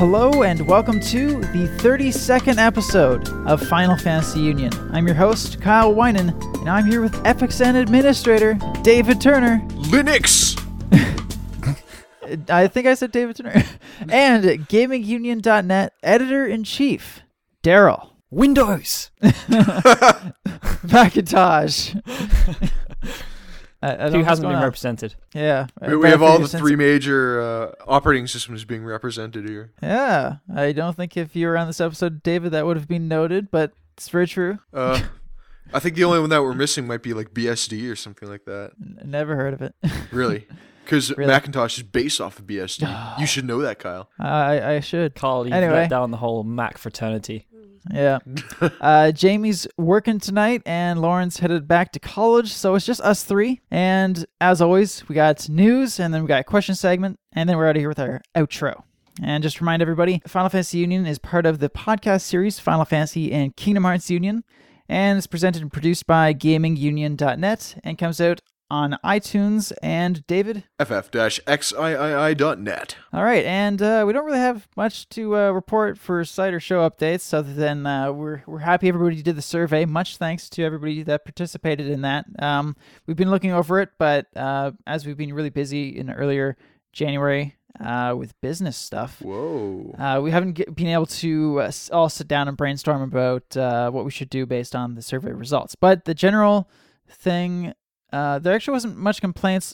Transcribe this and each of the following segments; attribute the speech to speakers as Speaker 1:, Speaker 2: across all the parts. Speaker 1: Hello, and welcome to the 32nd episode of Final Fantasy Union. I'm your host, Kyle Winan, and I'm here with Epicen Administrator David Turner.
Speaker 2: Linux.
Speaker 1: Uh, I think I said David Turner. and GamingUnion.net Editor in Chief, Daryl
Speaker 3: Windows.
Speaker 1: Macintosh. I- I don't know
Speaker 3: Who
Speaker 1: what's
Speaker 3: hasn't
Speaker 1: going
Speaker 3: been
Speaker 1: on.
Speaker 3: represented?
Speaker 1: Yeah.
Speaker 2: We, we have all the three major uh, operating systems being represented here.
Speaker 1: Yeah. I don't think if you were on this episode, David, that would have been noted, but it's very true.
Speaker 2: Uh, I think the only one that we're missing might be like BSD or something like that.
Speaker 1: N- never heard of it.
Speaker 2: Really. Because
Speaker 1: Really?
Speaker 2: Macintosh is based off of BSD. You should know that, Kyle.
Speaker 1: I, I should.
Speaker 3: Carl, you've
Speaker 1: Anyway.
Speaker 3: let down the whole Mac fraternity.
Speaker 1: Yeah. uh, Jamie's working tonight, and Lauren's headed back to college, so it's just us three. And as always, we got news, and then we got a question segment, and then we're out of here with our outro. And just to remind everybody, Final Fantasy Union is part of the podcast series Final Fantasy and Kingdom Hearts Union, and is presented and produced by GamingUnion.net, and comes out on iTunes. And David,
Speaker 2: FF-XIII.net.
Speaker 1: all right, and uh, we don't really have much to uh, report for site or show updates, other than uh, we're we're happy everybody did the survey. Much thanks to everybody that participated in that. Um, we've been looking over it, but uh, as we've been really busy in earlier January uh, with business stuff,
Speaker 2: Whoa.
Speaker 1: uh, we haven't get, been able to uh, s- all sit down and brainstorm about uh, what we should do based on the survey results. But the general thing, uh, there actually wasn't much complaints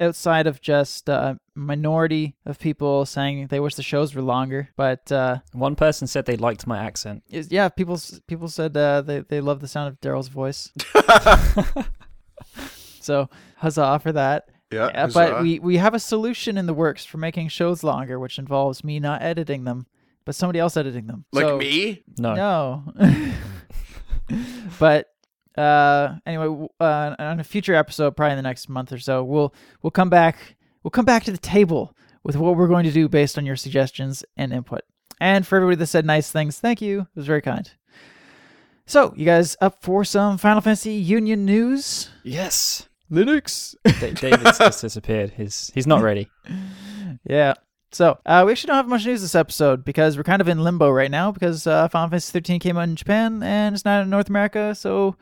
Speaker 1: outside of just uh, minority of people saying they wish the shows were longer. But uh,
Speaker 3: One person said they liked my accent.
Speaker 1: is- yeah, people s- people said uh, they they love the sound of Daryl's voice. so huzzah for that!
Speaker 2: Yeah,
Speaker 1: Uh,
Speaker 2: huzzah.
Speaker 1: but we we have a solution in the works for making shows longer, which involves me not editing them, but somebody else editing them.
Speaker 2: Like
Speaker 1: So-
Speaker 2: me?
Speaker 3: No.
Speaker 1: no. but uh, anyway, w- uh, on a future episode, probably in the next month or so, we'll we'll come back. We'll come back to the table with what we're going to do based on your suggestions and input. And for everybody that said nice things, thank you. It was very kind. So, you guys up for some Final Fantasy Union news?
Speaker 3: Yes.
Speaker 1: Linux.
Speaker 3: Da- David's just disappeared. He's he's not ready.
Speaker 1: Yeah. So uh, we actually don't have much news this episode because we're kind of in limbo right now because uh, Final Fantasy 13 came out in Japan and it's not in North America. So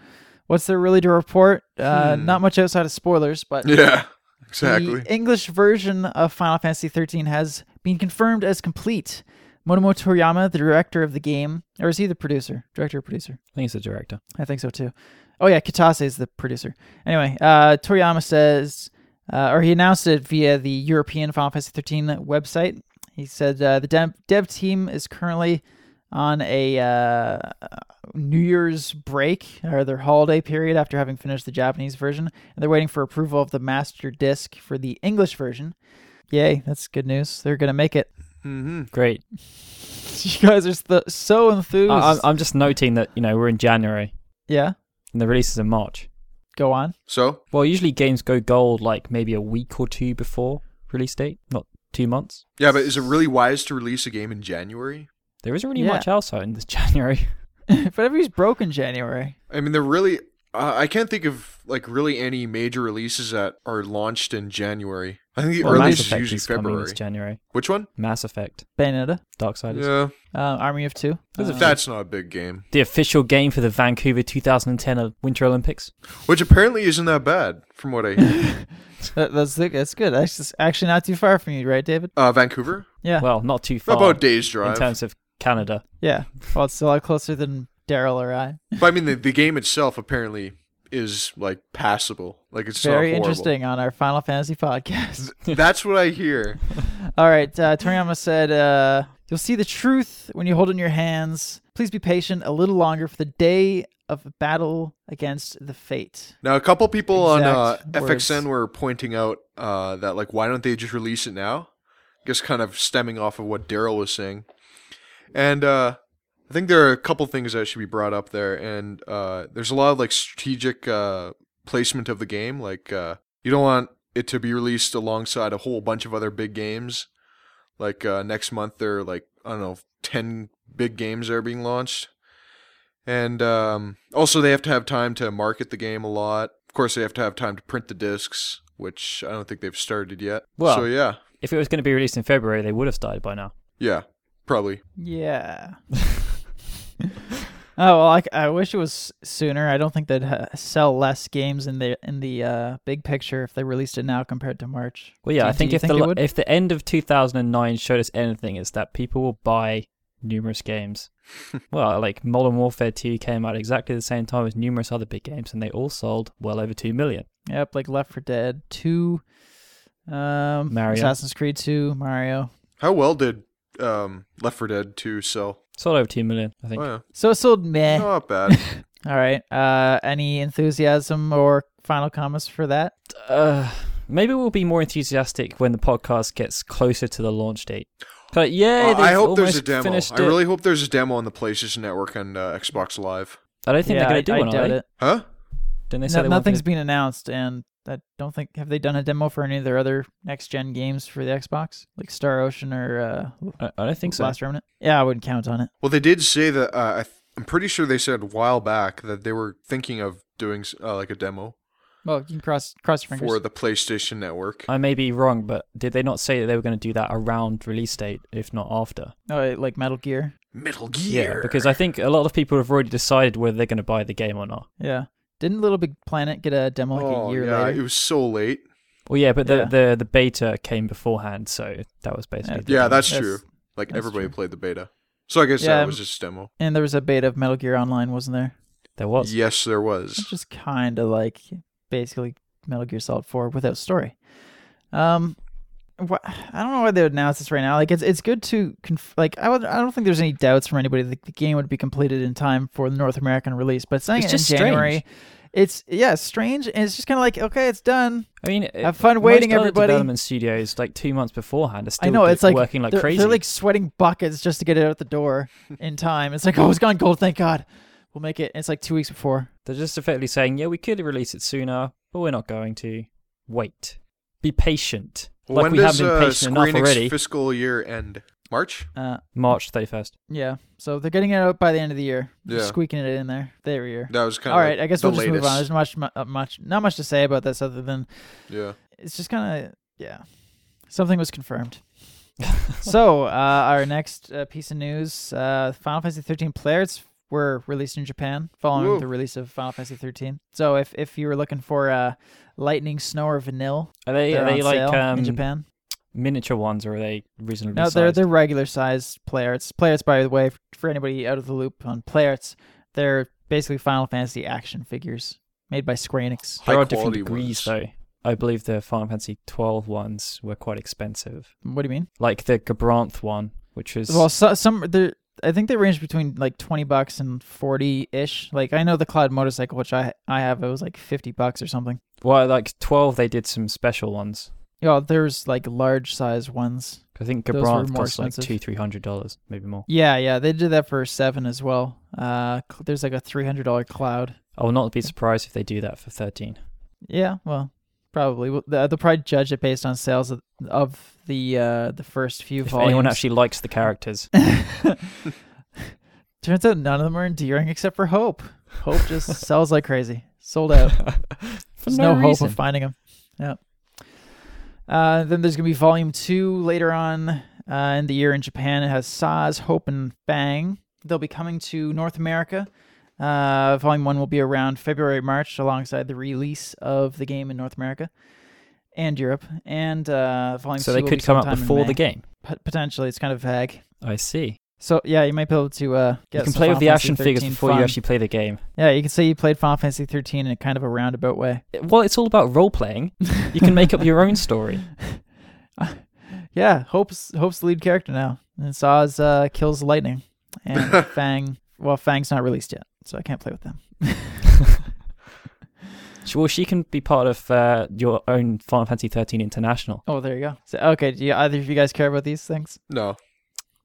Speaker 1: what's there really to report? Uh, Not much outside of spoilers, but
Speaker 2: Yeah, exactly.
Speaker 1: the English version of Final Fantasy 13 has been confirmed as complete. Motomo Toriyama, the director of the game, or is he the producer? Director or producer?
Speaker 3: I think he's the director.
Speaker 1: I think so too. Oh yeah, Kitase is the producer. Anyway, uh, Toriyama says, uh, or he announced it via the European Final Fantasy 13 website. He said uh, the dev, dev team is currently on a uh, New Year's break or their holiday period after having finished the Japanese version, and they're waiting for approval of the master disc for the English version. Yay, that's good news. They're gonna make it.
Speaker 2: mm-hmm.
Speaker 3: Great.
Speaker 1: You guys are th- so enthused.
Speaker 3: I, Uh, I'm, I'm just noting that you know we're in January
Speaker 1: yeah,
Speaker 3: and the release is in March.
Speaker 1: go on.
Speaker 2: So,
Speaker 3: Well, usually games go gold like maybe a week or two before release date, not two months.
Speaker 2: yeah, but is it really wise to release a game in January?
Speaker 3: There isn't really
Speaker 1: Yeah.
Speaker 3: much else out in this January.
Speaker 1: but everybody's broke in January.
Speaker 2: I mean, they're really... Uh, I can't think of like really any major releases that are launched in January. I think the
Speaker 3: Well, Mass
Speaker 2: earliest is
Speaker 3: Effect
Speaker 2: usually
Speaker 3: is coming this
Speaker 2: February.
Speaker 3: January.
Speaker 2: Which one?
Speaker 3: Mass Effect,
Speaker 1: Bayonetta.
Speaker 3: Darksiders.
Speaker 2: Yeah, Uh,
Speaker 1: Uh, Army of Two.
Speaker 2: that's not a big game.
Speaker 3: The official game for the Vancouver 2010 Winter Olympics.
Speaker 2: Which apparently isn't that bad, from what I hear.
Speaker 1: That- that's the- that's good. That's just actually not too far from you, right, David?
Speaker 2: uh, Vancouver?
Speaker 1: Yeah,
Speaker 3: Well, not too far.
Speaker 2: About days
Speaker 3: in
Speaker 2: drive.
Speaker 3: terms of Canada.
Speaker 1: yeah. Well, it's a lot closer than Daryl or I.
Speaker 2: But I mean, the, the game itself apparently is like passable. Like it's
Speaker 1: Very
Speaker 2: not horrible.
Speaker 1: interesting on our Final Fantasy podcast.
Speaker 2: That's what I hear.
Speaker 1: All right, uh, Toriyama said, uh, "You'll see the truth when you hold it in your hands. Please be patient a little longer for the day of battle against the fate."
Speaker 2: Now, a couple people on uh,
Speaker 1: Exact words.
Speaker 2: FXN were pointing out uh, that like, why don't they just release it now? Just kind of stemming off of what Daryl was saying, and uh, I think there are a couple things that should be brought up there. And uh, there's a lot of like strategic uh, placement of the game. Like, uh, you don't want it to be released alongside a whole bunch of other big games. Like uh, next month, there are like I don't know, ten big games that are being launched. And um, also, they have to have time to market the game a lot. Of course, they have to have time to print the discs, which I don't think they've started yet.
Speaker 3: Well-
Speaker 2: so yeah,
Speaker 3: If it was going to be released in February, they would have started by now.
Speaker 2: yeah. Probably.
Speaker 1: Yeah. oh well, I, I wish it was sooner. I don't think they'd uh, sell less games in the in the uh, big picture if they released it now compared to March.
Speaker 3: Well, yeah,
Speaker 1: Do-
Speaker 3: I
Speaker 1: do
Speaker 3: think
Speaker 1: you
Speaker 3: if
Speaker 1: think
Speaker 3: the
Speaker 1: they
Speaker 3: lo-
Speaker 1: would?
Speaker 3: if the end of 2009 showed us anything, it's that people will buy numerous games. well, like Modern Warfare 2 came out exactly the same time as numerous other big games, and they all sold well over two million.
Speaker 1: Yep, like Left for Dead Two, um,
Speaker 3: Mario.
Speaker 1: Assassin's Creed Two, Mario.
Speaker 2: How well did um, Left 4 Dead 2 sell?
Speaker 3: Sold over two million, I think.
Speaker 2: Oh,
Speaker 1: So it sold meh.
Speaker 2: yeah. Not bad.
Speaker 1: All right. Uh, any enthusiasm or final comments for that?
Speaker 3: uh, maybe we'll be more enthusiastic when the podcast gets closer to the launch date. But yeah,
Speaker 2: Uh, I hope there's a demo.
Speaker 3: Finished
Speaker 2: I
Speaker 3: it.
Speaker 2: really hope there's a demo on the PlayStation Network and uh, Xbox Live.
Speaker 3: I don't think
Speaker 1: yeah,
Speaker 3: they're
Speaker 1: I,
Speaker 3: going to do
Speaker 1: I
Speaker 3: one.
Speaker 1: doubt
Speaker 3: are they?
Speaker 1: it.
Speaker 2: Huh?
Speaker 3: Didn't they say
Speaker 1: No,
Speaker 3: they
Speaker 1: nothing's
Speaker 3: weren't
Speaker 1: been announced, and I don't think have they done a demo for any of their other next gen games for the Xbox, like Star Ocean or uh,
Speaker 3: gonna- I I don't think so.
Speaker 1: Last Remnant. Yeah, I wouldn't count on it.
Speaker 2: Well, they did say that. Uh, I th- I'm pretty sure they said a while back that they were thinking of doing s- uh, like a demo
Speaker 1: Well, you can cross cross your fingers.
Speaker 2: for the PlayStation Network.
Speaker 1: Uh,
Speaker 3: I may be wrong, but did they not say that they were going to do that around release date, if not after?
Speaker 1: oh, like Metal Gear.
Speaker 2: Metal Gear.
Speaker 3: because I think a lot of people have already decided whether they're going to buy the game or not.
Speaker 1: Yeah. Didn't Little Big Planet get a demo like
Speaker 2: oh
Speaker 1: a year
Speaker 2: yeah,
Speaker 1: later?
Speaker 2: it was so late.
Speaker 3: Well, yeah, but the
Speaker 1: Yeah.
Speaker 3: the, the beta came beforehand, so that was basically. the
Speaker 2: Yeah,
Speaker 3: demo.
Speaker 2: that's,
Speaker 1: That's-
Speaker 2: true. Like
Speaker 1: that's
Speaker 2: everybody
Speaker 1: true.
Speaker 2: played the beta, so I guess
Speaker 1: Yeah, um,
Speaker 2: that was just a demo.
Speaker 1: and there was a beta of Metal Gear Online, wasn't there?
Speaker 3: there was.
Speaker 2: Yes, there
Speaker 1: It's
Speaker 2: was.
Speaker 1: just kind of like basically Metal Gear Solid 4 without story. Um, wh- I don't know why they would announce this right now. Like, it's it's good to conf- like I would I don't think there's any doubts from anybody that the game would be completed in time for the North American release. But saying
Speaker 3: It's
Speaker 1: it
Speaker 3: just
Speaker 1: in
Speaker 3: strange.
Speaker 1: January, it's yeah it's strange, and it's just kind of like okay, it's done.
Speaker 3: I mean, it-
Speaker 1: Have fun
Speaker 3: most
Speaker 1: waiting,
Speaker 3: other
Speaker 1: everybody.
Speaker 3: Development studios like two months beforehand are still
Speaker 1: I know
Speaker 3: do-
Speaker 1: it's like
Speaker 3: working like
Speaker 1: they're,
Speaker 3: crazy.
Speaker 1: They're like sweating buckets just to get it out the door in time. It's like oh, it's gone gold. Thank God, we'll make it. It's like two weeks before.
Speaker 3: They're just effectively saying, yeah, we could release it sooner, but we're not going to. Wait. Be patient. Like
Speaker 2: when
Speaker 3: we
Speaker 2: does
Speaker 3: have been
Speaker 2: uh,
Speaker 3: patient
Speaker 2: Square
Speaker 3: enough
Speaker 2: Enix
Speaker 3: already.
Speaker 2: fiscal year end? March.
Speaker 1: Uh,
Speaker 3: March 31st.
Speaker 1: Yeah. So they're getting it out by the end of the year. They're
Speaker 2: Yeah.
Speaker 1: Squeaking it in there. There we are.
Speaker 2: That was kind of
Speaker 1: All right. I guess
Speaker 2: the
Speaker 1: we'll just
Speaker 2: latest.
Speaker 1: move on. There's not much, mu- uh, much, not much to say about this other than
Speaker 2: Yeah.
Speaker 1: it's just kind of yeah, something was confirmed. so uh, our next uh, piece of news: uh, Final Fantasy 13 players were released in Japan following
Speaker 2: Woo.
Speaker 1: the release of Final Fantasy 13. So if if you were looking for uh, lightning, snow, or vanilla,
Speaker 3: Are they,
Speaker 1: they're
Speaker 3: are they
Speaker 1: on
Speaker 3: like
Speaker 1: sale
Speaker 3: um,
Speaker 1: in Japan.
Speaker 3: miniature ones or are they reasonably
Speaker 1: No, they're
Speaker 3: sized?
Speaker 1: they're regular sized players. Players, by the way, f- for anybody out of the loop on players, they're basically Final Fantasy action figures made by Square Enix.
Speaker 3: There
Speaker 2: High
Speaker 3: are different
Speaker 2: quality
Speaker 3: degrees,
Speaker 2: ones.
Speaker 3: though. I believe the Final Fantasy 12 ones were quite expensive.
Speaker 1: What do you mean?
Speaker 3: Like the Gabranth one, which was.
Speaker 1: Well, so, some they I think they range between like twenty bucks and forty ish. Like I know the Cloud motorcycle, which I I have, it was like fifty bucks or something.
Speaker 3: well, like 12, they did some special ones.
Speaker 1: Yeah, there's like large size ones.
Speaker 3: I think
Speaker 1: Those were
Speaker 3: Gabranth
Speaker 1: more
Speaker 3: cost like
Speaker 1: expensive.
Speaker 3: two, three hundred dollars, maybe more.
Speaker 1: Yeah, yeah, they did that for seven as well. Uh, cl- there's like a three hundred dollar Cloud.
Speaker 3: I will not be surprised if they do that for thirteen.
Speaker 1: Yeah, well, probably. Well, th- They'll probably judge it based on sales of, of the uh, the first few
Speaker 3: If
Speaker 1: volumes.
Speaker 3: anyone actually likes the characters,
Speaker 1: Turns out none of them are endearing except for Hope. Hope just sells like crazy. Sold out.
Speaker 3: for
Speaker 1: There's no, hope of finding them. Yeah. Uh, then there's gonna be volume two later on uh, in the year in Japan. It has Saz, Hope, and Bang. They'll be coming to North America. Uh, volume one will be around February, March, alongside the release of the game in North America and Europe. And uh, volume
Speaker 3: so
Speaker 1: two
Speaker 3: they
Speaker 1: will
Speaker 3: could
Speaker 1: be
Speaker 3: come out
Speaker 1: sometime in
Speaker 3: before the
Speaker 1: May.
Speaker 3: game.
Speaker 1: Pot- potentially, it's kind of vague.
Speaker 3: I see.
Speaker 1: So yeah, you might be able to uh, get
Speaker 3: you can
Speaker 1: some
Speaker 3: play with
Speaker 1: Final
Speaker 3: the
Speaker 1: Fantasy
Speaker 3: action figures
Speaker 1: 13
Speaker 3: before
Speaker 1: fun.
Speaker 3: you actually play the game.
Speaker 1: Yeah, you can say you played Final Fantasy 13 in a kind of a roundabout way.
Speaker 3: Well, it's all about role playing. You can make up your own story.
Speaker 1: Yeah, Hope's Hope's the lead character now, and Saw's uh, kills lightning, and Fang. Well, Fang's not released yet, so I can't play with them.
Speaker 3: She- Well, she can be part of uh, your own Final Fantasy thirteen international.
Speaker 1: Oh, there you go. So, okay, do you, either of you guys care about these things?
Speaker 2: No.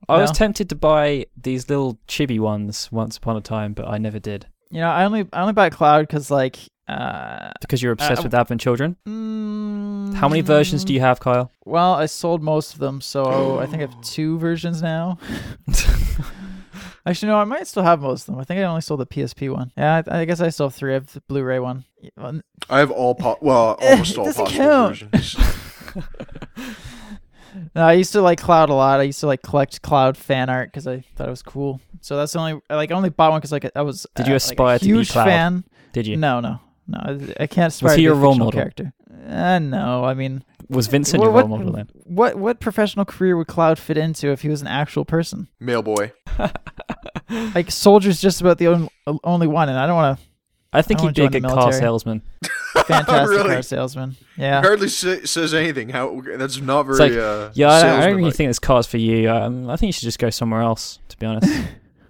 Speaker 3: I was
Speaker 1: No.
Speaker 3: tempted to buy these little chibi ones once upon a time, but I never did
Speaker 1: You know, I only I only buy Cloud because like. Uh,
Speaker 3: because you're obsessed
Speaker 1: Uh,
Speaker 3: with Advent Children.
Speaker 1: mm,
Speaker 3: How many versions do you have, Kyle?
Speaker 1: Well, I sold most of them, so I think I have two versions now. Actually, no, I might still have most of them. I think I only sold the PSP one. Yeah, I, I guess I still have three. I have the Blu-ray one.
Speaker 2: I have all po- well
Speaker 1: Eh,
Speaker 2: almost
Speaker 1: it
Speaker 2: all
Speaker 1: doesn't
Speaker 2: possible
Speaker 1: count.
Speaker 2: versions.
Speaker 1: No, I used to like Cloud a lot. I used to like collect Cloud fan art because I thought it was cool. So that's the only I, like I only bought one because like I was.
Speaker 3: Did
Speaker 1: uh, like,
Speaker 3: you
Speaker 1: a
Speaker 3: aspire to be
Speaker 1: huge
Speaker 3: Cloud?
Speaker 1: fan?
Speaker 3: Did you?
Speaker 1: No, no, no. I- I can't aspire
Speaker 3: he
Speaker 1: to be
Speaker 3: your
Speaker 1: a
Speaker 3: role
Speaker 1: fictional
Speaker 3: model?
Speaker 1: character. Uh, no, I mean,
Speaker 3: Was Vincent
Speaker 1: Well,
Speaker 3: your
Speaker 1: what-
Speaker 3: role model then?
Speaker 1: what what professional career would Cloud fit into if he was an actual person?
Speaker 2: Mailboy.
Speaker 1: Like Soldier's just about the on- only one, and I don't want
Speaker 3: I think
Speaker 1: I
Speaker 3: he'd
Speaker 1: wanna
Speaker 3: be a
Speaker 1: join the
Speaker 3: good car
Speaker 1: military.
Speaker 3: salesman.
Speaker 1: a fantastic
Speaker 2: Really?
Speaker 1: car salesman. Yeah,
Speaker 2: Hardly sa- says anything. How that's not very.
Speaker 3: like,
Speaker 2: uh,
Speaker 3: Yeah, I, I don't really
Speaker 2: salesman-like.
Speaker 3: think this car's for you. Um, I think you should just go somewhere else. To be honest,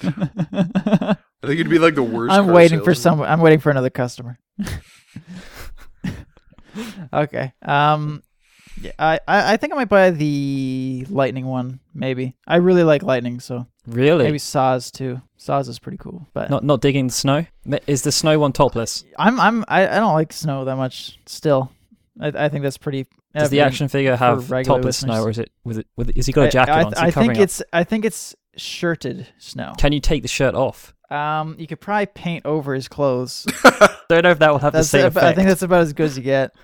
Speaker 2: I think it'd be like the worst.
Speaker 1: I'm
Speaker 2: car
Speaker 1: waiting for
Speaker 2: salesman.
Speaker 1: some. I'm waiting for another customer. okay. Um. Yeah, I, I I think I might buy the lightning one. Maybe I really like lightning, so
Speaker 3: really,
Speaker 1: maybe Saws too. Saws is pretty cool, but
Speaker 3: not not digging the snow. Ma- Is the snow one topless?
Speaker 1: I'm I'm I, I don't like snow that much. Still, I I think that's pretty.
Speaker 3: Does the
Speaker 1: every-
Speaker 3: action figure have
Speaker 1: regular
Speaker 3: topless
Speaker 1: listeners.
Speaker 3: snow, or is it with it? With, is he got a jacket
Speaker 1: I, I,
Speaker 3: on? Is he
Speaker 1: I
Speaker 3: covering
Speaker 1: think
Speaker 3: up?
Speaker 1: it's I think it's shirted snow.
Speaker 3: Can you take the shirt off?
Speaker 1: Um, you could probably paint over his clothes.
Speaker 3: Don't know if that will have
Speaker 1: That's
Speaker 3: the same
Speaker 1: ab-
Speaker 3: effect.
Speaker 1: I think that's about as good as you get.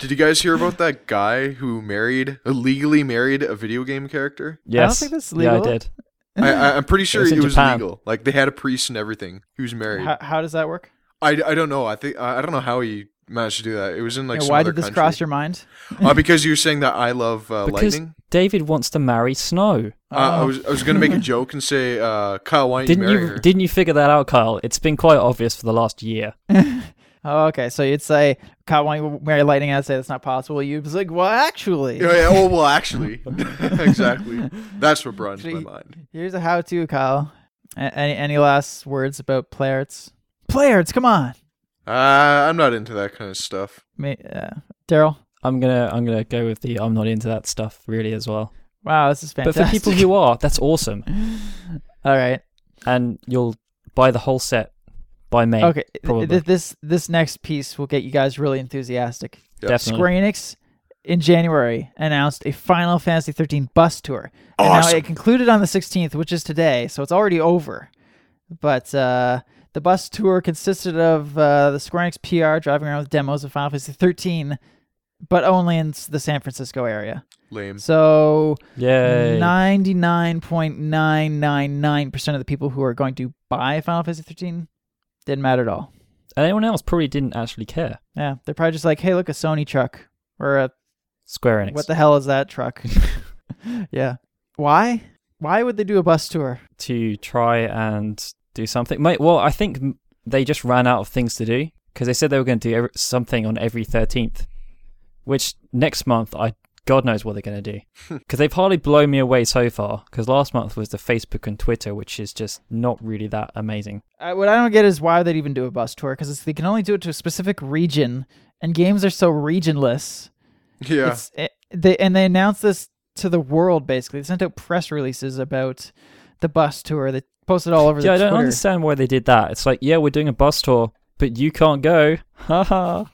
Speaker 2: Did you guys hear about that guy who married illegally married a video game character?
Speaker 3: yes.
Speaker 1: I don't think that's
Speaker 3: Yeah, I
Speaker 1: legal.
Speaker 3: did.
Speaker 2: I, I, I'm pretty sure
Speaker 3: was
Speaker 2: it
Speaker 3: in
Speaker 2: was
Speaker 3: Japan.
Speaker 2: legal. Like they had a priest and everything. He was married.
Speaker 1: How, how does that work?
Speaker 2: I, I don't know. I think I I don't know how he managed to do that. It was in like
Speaker 1: Yeah,
Speaker 2: some
Speaker 1: why
Speaker 2: other
Speaker 1: did this
Speaker 2: country.
Speaker 1: cross your mind?
Speaker 2: Uh, because you were saying that I love uh,
Speaker 3: Because
Speaker 2: lightning.
Speaker 3: David wants to marry Snow.
Speaker 2: Uh, I
Speaker 1: Oh.
Speaker 2: was I was gonna make a joke and say, uh, Kyle, why don't
Speaker 3: Didn't
Speaker 2: you marry
Speaker 3: you
Speaker 2: her?
Speaker 3: didn't you figure that out, Kyle? It's been quite obvious for the last year.
Speaker 1: Oh, okay. So you'd say, "God, why don't you marry lightning?" I'd say that's not possible. You'd be like, "Well, actually,
Speaker 2: Yeah, yeah, oh well, actually, exactly. That's what brought into my
Speaker 1: Actually-
Speaker 2: mind.
Speaker 1: here's a how-to, Kyle." A- any any last words about playarts? Playarts, come on,
Speaker 2: Uh, I'm not into that kind of stuff.
Speaker 1: Ma- uh, Daryl.
Speaker 3: I'm gonna I'm gonna go with the I'm not into that stuff really as well.
Speaker 1: Wow, this is fantastic.
Speaker 3: But for people who are, that's awesome,
Speaker 1: all right,
Speaker 3: and you'll buy the whole set by May.
Speaker 1: okay, th-
Speaker 3: probably.
Speaker 1: th- this this next piece will get you guys really enthusiastic.
Speaker 2: Yeah.
Speaker 3: Definitely.
Speaker 1: Square Enix in January announced a Final Fantasy 13 bus tour. And now
Speaker 2: Awesome.
Speaker 1: it concluded on the 16th, which is today, so it's already over. But uh, the bus tour consisted of uh, the Square Enix PR driving around with demos of Final Fantasy 13, but only in s- the San Francisco area.
Speaker 2: Lame.
Speaker 1: So
Speaker 3: Yay!
Speaker 1: 99.999% of the people who are going to buy Final Fantasy 13 didn't matter at all.
Speaker 3: And anyone else probably didn't actually care.
Speaker 1: Yeah, they're probably just like, hey, look, a Sony truck or a
Speaker 3: Square Enix.
Speaker 1: What the hell is that truck? yeah. Why? Why would they do a bus tour?
Speaker 3: to try and do something. Mate, well, I think m- they just ran out of things to do because they said they were going to do every, something on every 13th, which next month, I God knows what they're going to do because they've hardly blown me away so far. Because last month was the Facebook and Twitter, which is just not really that amazing.
Speaker 1: Uh, what I don't get is why they'd even do a bus tour because they can only do it to a specific region, and games are so regionless.
Speaker 2: Yeah,
Speaker 1: It's, it, they and they announced this to the world basically. They sent out press releases about the bus tour. They posted all over
Speaker 3: yeah, I
Speaker 1: the
Speaker 3: don't
Speaker 1: Twitter.
Speaker 3: understand why they did that. It's like, yeah, we're doing a bus tour, but you can't go. Haha.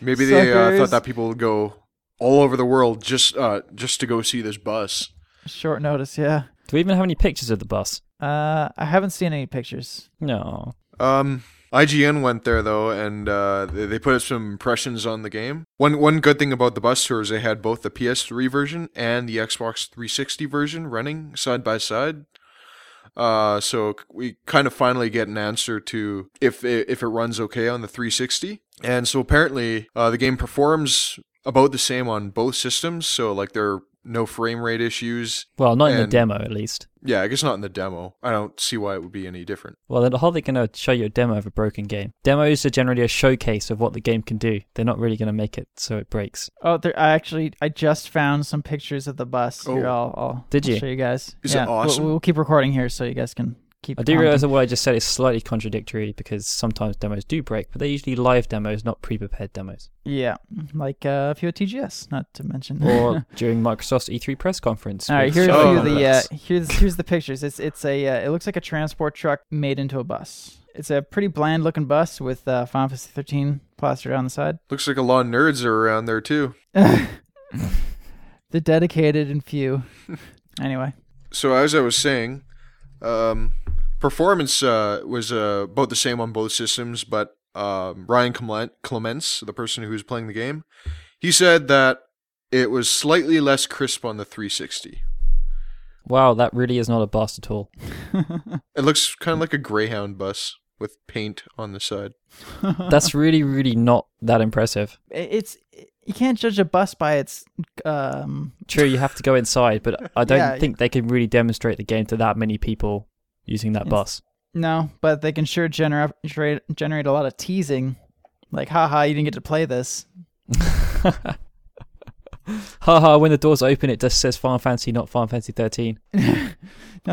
Speaker 2: maybe they uh,
Speaker 1: Suckers.
Speaker 2: thought that people would go all over the world just uh, just to go see this bus.
Speaker 1: Short notice, yeah.
Speaker 3: do we even have any pictures of the bus?
Speaker 1: Uh, I haven't seen any pictures.
Speaker 3: No.
Speaker 2: Um, IGN went there though, and uh, they, they put up some impressions on the game. One one good thing about the bus tour is they had both the PS3 version and the Xbox 360 version running side by side. Uh, so c- we kind of finally get an answer to if it, if it runs okay on the 360, and so apparently uh, the game performs about the same on both systems. So like there are no frame rate issues.
Speaker 3: Well, not in the
Speaker 2: And-
Speaker 3: demo, at least.
Speaker 2: Yeah, I guess not in the demo. I don't see why it would be any different.
Speaker 3: Well, they're hardly going to show you a demo of a broken game. Demos are generally a showcase of what the game can do. They're not really going to make it so it breaks.
Speaker 1: Oh, there, I actually I just found some pictures of the bus. Here,
Speaker 2: Oh.
Speaker 1: I'll, I'll
Speaker 3: Did
Speaker 1: I'll
Speaker 3: you?
Speaker 1: show you guys?
Speaker 2: Is it
Speaker 1: yeah, we'll-
Speaker 2: awesome?
Speaker 1: We'll, keep recording here so you guys can keep.
Speaker 3: I do
Speaker 1: commenting.
Speaker 3: realize that what I just said is slightly contradictory because sometimes demos do break, but they're usually live demos, not pre prepared demos.
Speaker 1: Yeah, like uh, a few at TGS, not to mention.
Speaker 3: Or during Microsoft's E3 press conference.
Speaker 1: All right,
Speaker 3: with
Speaker 1: here's
Speaker 3: Shadow
Speaker 2: Oh,
Speaker 1: a few of the uh,
Speaker 3: Complex.
Speaker 1: here's here's the pictures. It's it's a uh, it looks like a transport truck made into a bus. It's a pretty bland looking bus with uh, Final Fantasy 13 plastered on the side.
Speaker 2: Looks like a lot of nerds are around there too.
Speaker 1: The dedicated and few. anyway,
Speaker 2: So as I was saying, um, performance uh, was uh, about the same on both systems, but um, Ryan Clement- Clements, the person who was playing the game, he said that It was slightly less crisp on the 360.
Speaker 3: Wow, that really is not a bust at all.
Speaker 2: It looks kind of like a Greyhound bus with paint on the side.
Speaker 3: That's really, really not that impressive.
Speaker 1: It's you can't judge a bus by its um
Speaker 3: True, you have to go inside, but I don't
Speaker 1: Yeah, you-
Speaker 3: think they can really demonstrate the game to that many people using that
Speaker 1: Yes.
Speaker 3: bus.
Speaker 1: no, but they can sure generate generate a lot of teasing. Like, haha, you didn't get to play this.
Speaker 3: Haha, when the doors open, it just says Final Fantasy, not Final Fantasy 13.
Speaker 1: No, it's in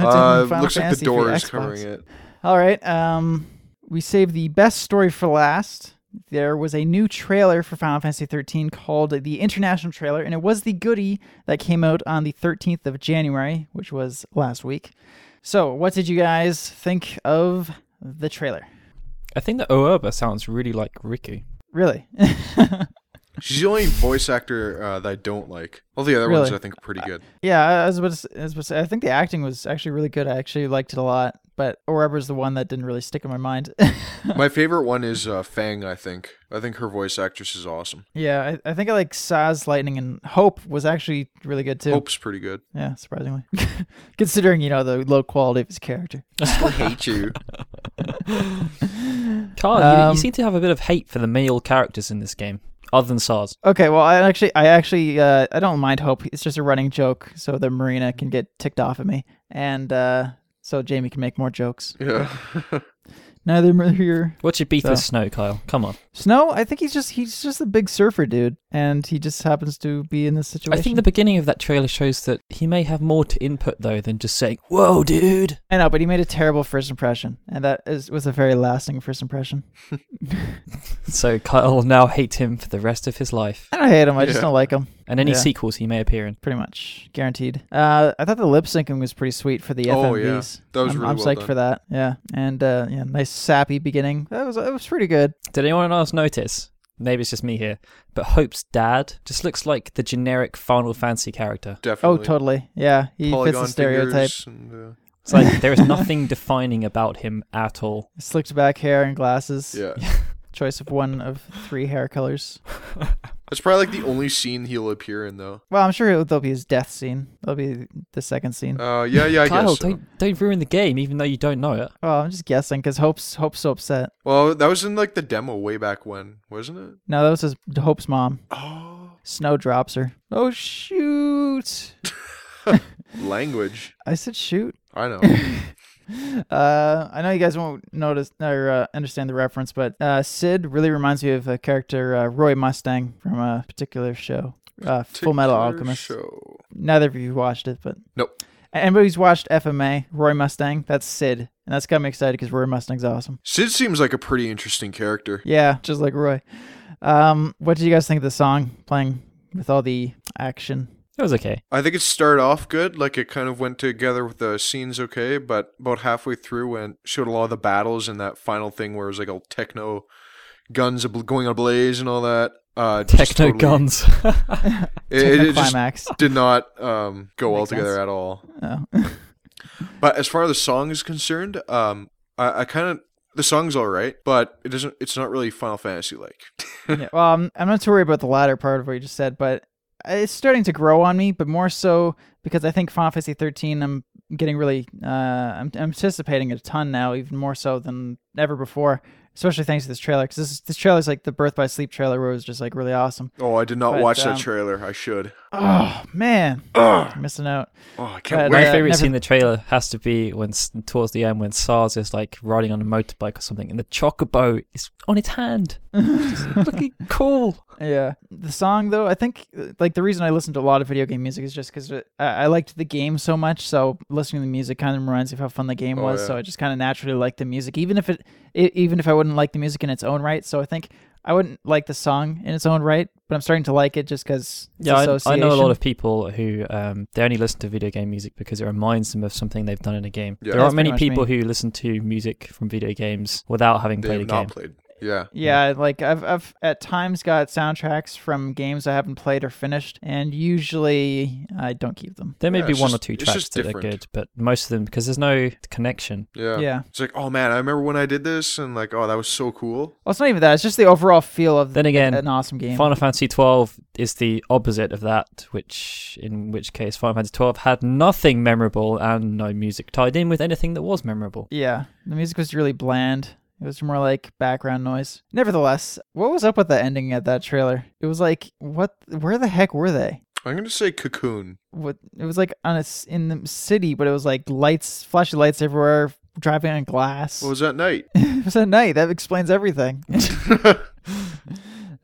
Speaker 2: Uh,
Speaker 1: Final
Speaker 2: looks like the
Speaker 1: Fantasy for
Speaker 2: door is
Speaker 1: Xbox.
Speaker 2: covering it.
Speaker 1: All right. Um, we saved the best story for last. There was a new trailer for Final Fantasy XIII called the International Trailer, and it was the goodie that came out on the 13th of January, which was last week. So, what did you guys think of the trailer?
Speaker 3: I think that Oerba sounds really like Riku.
Speaker 1: Really?
Speaker 2: She's the only voice actor uh, that I don't like. All the other ones
Speaker 1: Really?
Speaker 2: I think are pretty good.
Speaker 1: yeah, I was, about to, s- I was about to say, I think the acting was actually really good. I actually liked it a lot, but Orebra's the one that didn't really stick in my mind.
Speaker 2: My favorite one is uh, Fang. I think. I think her voice actress is awesome.
Speaker 1: yeah, I, I think I like Saz, Lightning, and Hope was actually really good too.
Speaker 2: Hope's pretty good.
Speaker 1: Yeah, surprisingly. Considering, you know, the low quality of his character.
Speaker 2: I hate you.
Speaker 3: Carl, you,
Speaker 1: Um,
Speaker 3: you seem to have a bit of hate for the male characters in this game, other than SARS.
Speaker 1: Okay, well, I actually, I actually, uh, I don't mind Hope. It's just a running joke so that Marina can get ticked off at me. And, uh, so Jamie can make more jokes.
Speaker 2: Yeah.
Speaker 1: Neither are here.
Speaker 3: What's your beef
Speaker 1: So-
Speaker 3: with Snow, Kyle? Come on.
Speaker 1: Snow, I think he's just, he's just a big surfer dude. And he just happens to be in this situation.
Speaker 3: I think the beginning of that trailer shows that he may have more to input, though, than just saying, Whoa, dude!
Speaker 1: I know, but he made a terrible first impression. And that is, was a very lasting first impression.
Speaker 3: So Kyle will now hate him for the rest of his life
Speaker 1: I don't hate him. I just
Speaker 2: Yeah.
Speaker 1: don't like him,
Speaker 3: and any
Speaker 1: Yeah.
Speaker 3: sequels he may appear in.
Speaker 1: pretty much. Guaranteed. Uh, I thought the lip syncing was pretty sweet for the
Speaker 2: Oh, yeah.
Speaker 1: FMVs.
Speaker 2: That was
Speaker 1: I'm,
Speaker 2: really
Speaker 1: I'm
Speaker 2: well
Speaker 1: psyched
Speaker 2: done.
Speaker 1: for that. Yeah, and uh, yeah, nice sappy beginning. That was it was pretty good.
Speaker 3: Did anyone else notice? Maybe it's just me here, but Hope's dad just looks like the generic Final Fantasy character.
Speaker 1: Oh,
Speaker 2: Definitely.
Speaker 1: totally. Yeah, he
Speaker 2: Polygon
Speaker 1: fits the stereotype.
Speaker 2: fingers and, uh,
Speaker 3: It's like there is nothing defining about him at all.
Speaker 1: Slicked back hair and glasses.
Speaker 2: yeah.
Speaker 1: Choice of one of three hair colors.
Speaker 2: That's probably like the only scene he'll appear in though.
Speaker 1: Well, I'm sure it'll- there'll be his death scene. That'll be the second scene.
Speaker 2: Uh, yeah, yeah, I
Speaker 3: Kyle,
Speaker 2: guess. so.
Speaker 3: don't don't ruin the game, even though you don't know it.
Speaker 1: Oh, I'm just guessing because Hope's Hope's so upset.
Speaker 2: Well, that was in like the demo way back when, wasn't it?
Speaker 1: No, that was his, Hope's mom.
Speaker 2: Oh,
Speaker 1: Snow drops her. Oh shoot!
Speaker 2: language.
Speaker 1: I said shoot.
Speaker 2: I know.
Speaker 1: Uh, I know you guys won't notice or uh, understand the reference, but uh, Sid really reminds me of a character uh, Roy Mustang from a particular show, uh, Full Metal
Speaker 2: Particular
Speaker 1: Alchemist.
Speaker 2: Show.
Speaker 1: Neither of you watched it, but
Speaker 2: Nope.
Speaker 1: A- Anybody's watched FMA, Roy Mustang? That's Sid, and that's got me excited because Roy Mustang's awesome.
Speaker 2: Sid seems like a pretty interesting character.
Speaker 1: Yeah, just like Roy. Um, what did you guys think of the song playing with all the action?
Speaker 3: It was okay.
Speaker 2: I think it started off good, like it kind of went together with the scenes okay, but about halfway through went showed a lot of the battles and that final thing where it was like all techno guns abl- going ablaze and all that. Uh, just
Speaker 3: Techno
Speaker 2: totally-
Speaker 3: guns.
Speaker 2: It, it- it just
Speaker 1: climax.
Speaker 2: did not um, go well
Speaker 1: Makes sense.
Speaker 2: together at all.
Speaker 1: Oh.
Speaker 2: But as far as the song is concerned, um, I, I kind of the song's all right, but it doesn't. It's not really Final Fantasy like.
Speaker 1: yeah, well, I'm, I'm not too worried about the latter part of what you just said, but uh, it's starting to grow on me, but more so because I think Final Fantasy 13, I'm getting really, uh, I'm, I'm anticipating it a ton now, even more so than ever before, especially thanks to this trailer. Because this, this trailer is like the Birth by Sleep trailer where it was just like really awesome.
Speaker 2: Oh, I did not
Speaker 1: But,
Speaker 2: watch
Speaker 1: um,
Speaker 2: that trailer. I should.
Speaker 1: Oh, man.
Speaker 2: Ugh.
Speaker 1: Missing out.
Speaker 2: Oh, I
Speaker 1: But,
Speaker 2: can't
Speaker 3: My
Speaker 1: uh,
Speaker 3: favorite
Speaker 1: never-
Speaker 3: scene in the trailer has to be when s- towards the end when SARS is like riding on a motorbike or something, and the chocobo is on its hand. It's looking cool.
Speaker 1: Yeah. The song, though, I think, uh, like, the reason I listen to a lot of video game music is just because I, I liked the game so much. So listening to the music kind of reminds me of how fun the game
Speaker 2: Oh,
Speaker 1: was.
Speaker 2: yeah.
Speaker 1: So I just kind of naturally like the music, even if it, i even if I wouldn't like the music in its own right. So I think I wouldn't like the song in its own right, but I'm starting to like it just because.
Speaker 3: Yeah, I, I know a lot of people who um, they only listen to video game music because it reminds them of something they've done in a game.
Speaker 2: Yeah.
Speaker 3: There
Speaker 1: That's
Speaker 3: aren't many
Speaker 1: pretty much
Speaker 3: people who listen to music from video games without having
Speaker 2: They
Speaker 3: played a
Speaker 2: have not
Speaker 3: game.
Speaker 2: played. Yeah.
Speaker 1: Yeah, like I've I've at times got soundtracks from games I haven't played or finished, and usually I don't keep them.
Speaker 3: There may
Speaker 2: Yeah,
Speaker 3: be
Speaker 2: it's
Speaker 3: one
Speaker 2: just-
Speaker 3: or two
Speaker 2: it's
Speaker 3: tracks
Speaker 2: just
Speaker 3: that are
Speaker 2: different.
Speaker 3: good, but most of them because there's no connection.
Speaker 2: Yeah.
Speaker 1: Yeah.
Speaker 2: It's like, oh man, I remember when I did this and like, oh, that was so cool.
Speaker 1: Well, it's not even that. It's just the overall feel of
Speaker 3: Then again,
Speaker 1: an awesome uh, game.
Speaker 3: Final Fantasy twelve is the opposite of that, which in which case Final Fantasy twelve had nothing memorable and no music tied in with anything that was memorable.
Speaker 1: Yeah, the music was really bland. It was more like background noise. Nevertheless, what was up with the ending at that trailer? It was like, what? Where the heck were they?
Speaker 2: I'm gonna say Cocoon.
Speaker 1: What? It was like on a s- in the city, but it was like lights, flashing lights everywhere, driving on glass.
Speaker 2: What was that night?
Speaker 1: it was at night. That explains everything.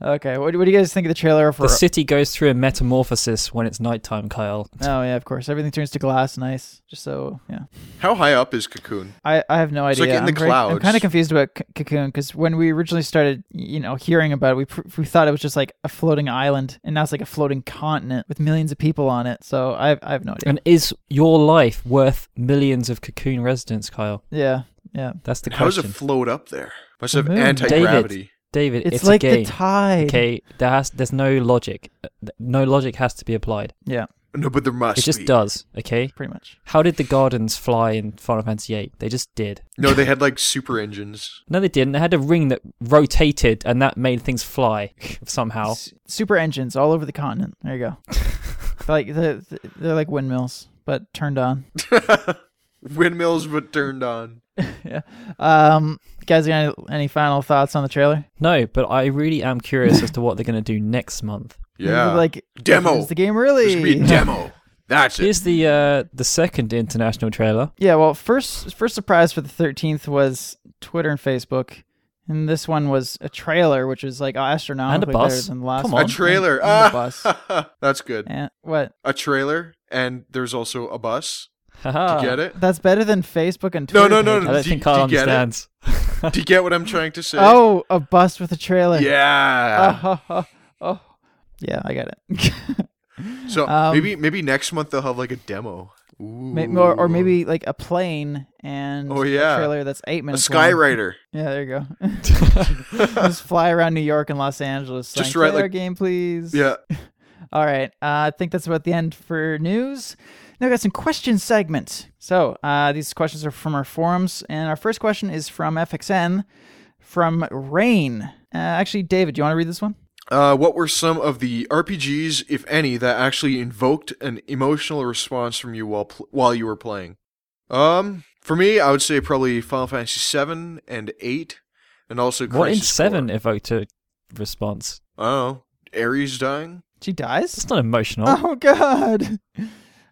Speaker 1: okay, what, what do you guys think of the trailer for?
Speaker 3: The city goes through a metamorphosis when it's nighttime, Kyle.
Speaker 1: oh yeah, of course, everything turns to glass. Nice. Just so yeah.
Speaker 2: How high up is Cocoon?
Speaker 1: I, I have no
Speaker 2: It's
Speaker 1: idea.
Speaker 2: like in the
Speaker 1: I'm very- I'm
Speaker 2: clouds.
Speaker 1: kind of confused about C- Cocoon because when we originally started, you know, hearing about it, we pr- we thought it was just like a floating island, and now it's like a floating continent with millions of people on it. So I I have no idea.
Speaker 3: And is your life worth millions of cocoon residents, Kyle?
Speaker 1: yeah, yeah.
Speaker 3: That's the
Speaker 2: How does it
Speaker 3: question.
Speaker 2: float up there? Must have
Speaker 1: moon.
Speaker 2: anti gravity.
Speaker 3: David,
Speaker 1: It's,
Speaker 3: it's,
Speaker 1: like
Speaker 3: a game.
Speaker 1: the tide.
Speaker 3: okay, there has there's no logic. Uh, th- No logic has to be applied.
Speaker 1: Yeah,
Speaker 2: No, but there must
Speaker 3: It just
Speaker 2: be.
Speaker 3: does. Okay.
Speaker 1: pretty much.
Speaker 3: How did the gardens fly in Final Fantasy VIII? They just did.
Speaker 2: No, they had like super engines.
Speaker 3: No, they didn't. They had a ring that rotated, and that made things fly somehow.
Speaker 1: S- super engines all over the continent. There you go. They're like the, the, they're like windmills, but turned on.
Speaker 2: Windmills but turned on.
Speaker 1: yeah. Um, guys, got any, any final thoughts on the trailer?
Speaker 3: No, but I really am curious as to what they're going to do next month.
Speaker 2: Yeah.
Speaker 1: Maybe, like
Speaker 2: Demo.
Speaker 1: Is the game
Speaker 2: There's
Speaker 1: really?
Speaker 2: gonna be a demo. That's it.
Speaker 3: Here's the uh, the second international trailer.
Speaker 1: Yeah, well, first first surprise for the thirteenth was Twitter and Facebook, and this one was a trailer, which was like astronomically better
Speaker 3: bus.
Speaker 1: than the last
Speaker 3: Come
Speaker 1: one.
Speaker 2: A
Speaker 3: on.
Speaker 2: trailer.
Speaker 1: And, and the bus.
Speaker 2: Ah, that's good.
Speaker 1: And what?
Speaker 2: A trailer, and there's also a bus. Do
Speaker 1: Ah.
Speaker 3: Haha.
Speaker 2: you get it?
Speaker 1: That's better than Facebook and
Speaker 2: No,
Speaker 1: Twitter.
Speaker 2: no, no,
Speaker 1: pages.
Speaker 3: I don't
Speaker 2: Do-
Speaker 3: think
Speaker 2: do
Speaker 3: Kyle
Speaker 2: you get it?
Speaker 3: understands.
Speaker 2: Do you get what I'm trying to say?
Speaker 1: Oh, a bus with a trailer. Oh,
Speaker 2: yeah.
Speaker 1: oh, oh, oh. yeah, I got it.
Speaker 2: so
Speaker 1: um,
Speaker 2: maybe maybe next month they'll have like a demo. Ooh.
Speaker 1: maybe, or, or maybe like a plane and
Speaker 2: Oh, yeah.
Speaker 1: a trailer that's eight
Speaker 2: a
Speaker 1: minutes. long.
Speaker 2: Skyrider.
Speaker 1: Yeah, there you go. Just fly around New York and Los Angeles.
Speaker 2: Just
Speaker 1: Just
Speaker 2: write,
Speaker 1: write our
Speaker 2: like-
Speaker 1: game, please.
Speaker 2: Yeah.
Speaker 1: All right. Uh, I think that's about the end for news. Now we got some question segment. So uh, these questions are from our forums, and our first question is from FXN from Rain. Uh, actually, David, do you want to read this one?
Speaker 2: Uh, what were some of the RPGs, if any, that actually invoked an emotional response from you while pl- while you were playing? Um, for me, I would say probably Final Fantasy Seven and Eight, and also Crisis
Speaker 3: what in
Speaker 2: 4.
Speaker 3: seven evoked a response?
Speaker 2: Oh, Ares dying.
Speaker 1: She dies.
Speaker 3: That's not emotional.
Speaker 1: Oh God.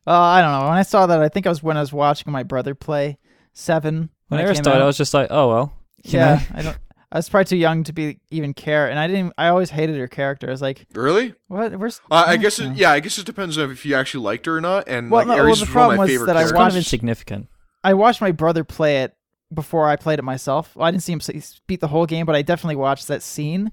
Speaker 1: Uh, I don't know. When I saw that, I think I was when I was watching my brother play Seven.
Speaker 3: when
Speaker 1: it
Speaker 3: Eris
Speaker 1: came
Speaker 3: died,
Speaker 1: out.
Speaker 3: I was just like, oh well. you
Speaker 1: yeah,
Speaker 3: know?
Speaker 1: I don't. I was probably too young to be even care, and I didn't. I always hated her character. I was like,
Speaker 2: Really?
Speaker 1: "What? Where's?"
Speaker 2: Uh, I guess. It, yeah, I guess it depends on if you actually liked her or not. And
Speaker 1: Mm-hmm. Well,
Speaker 2: like
Speaker 1: no, well,
Speaker 2: Ares
Speaker 1: the
Speaker 2: is one of my
Speaker 1: problem was
Speaker 2: favorite
Speaker 1: that I
Speaker 2: characters.
Speaker 3: It's kind of
Speaker 1: watched-
Speaker 3: insignificant.
Speaker 1: I watched my brother play it before I played it myself. Well, I didn't see him s- beat the whole game, but I definitely watched that scene,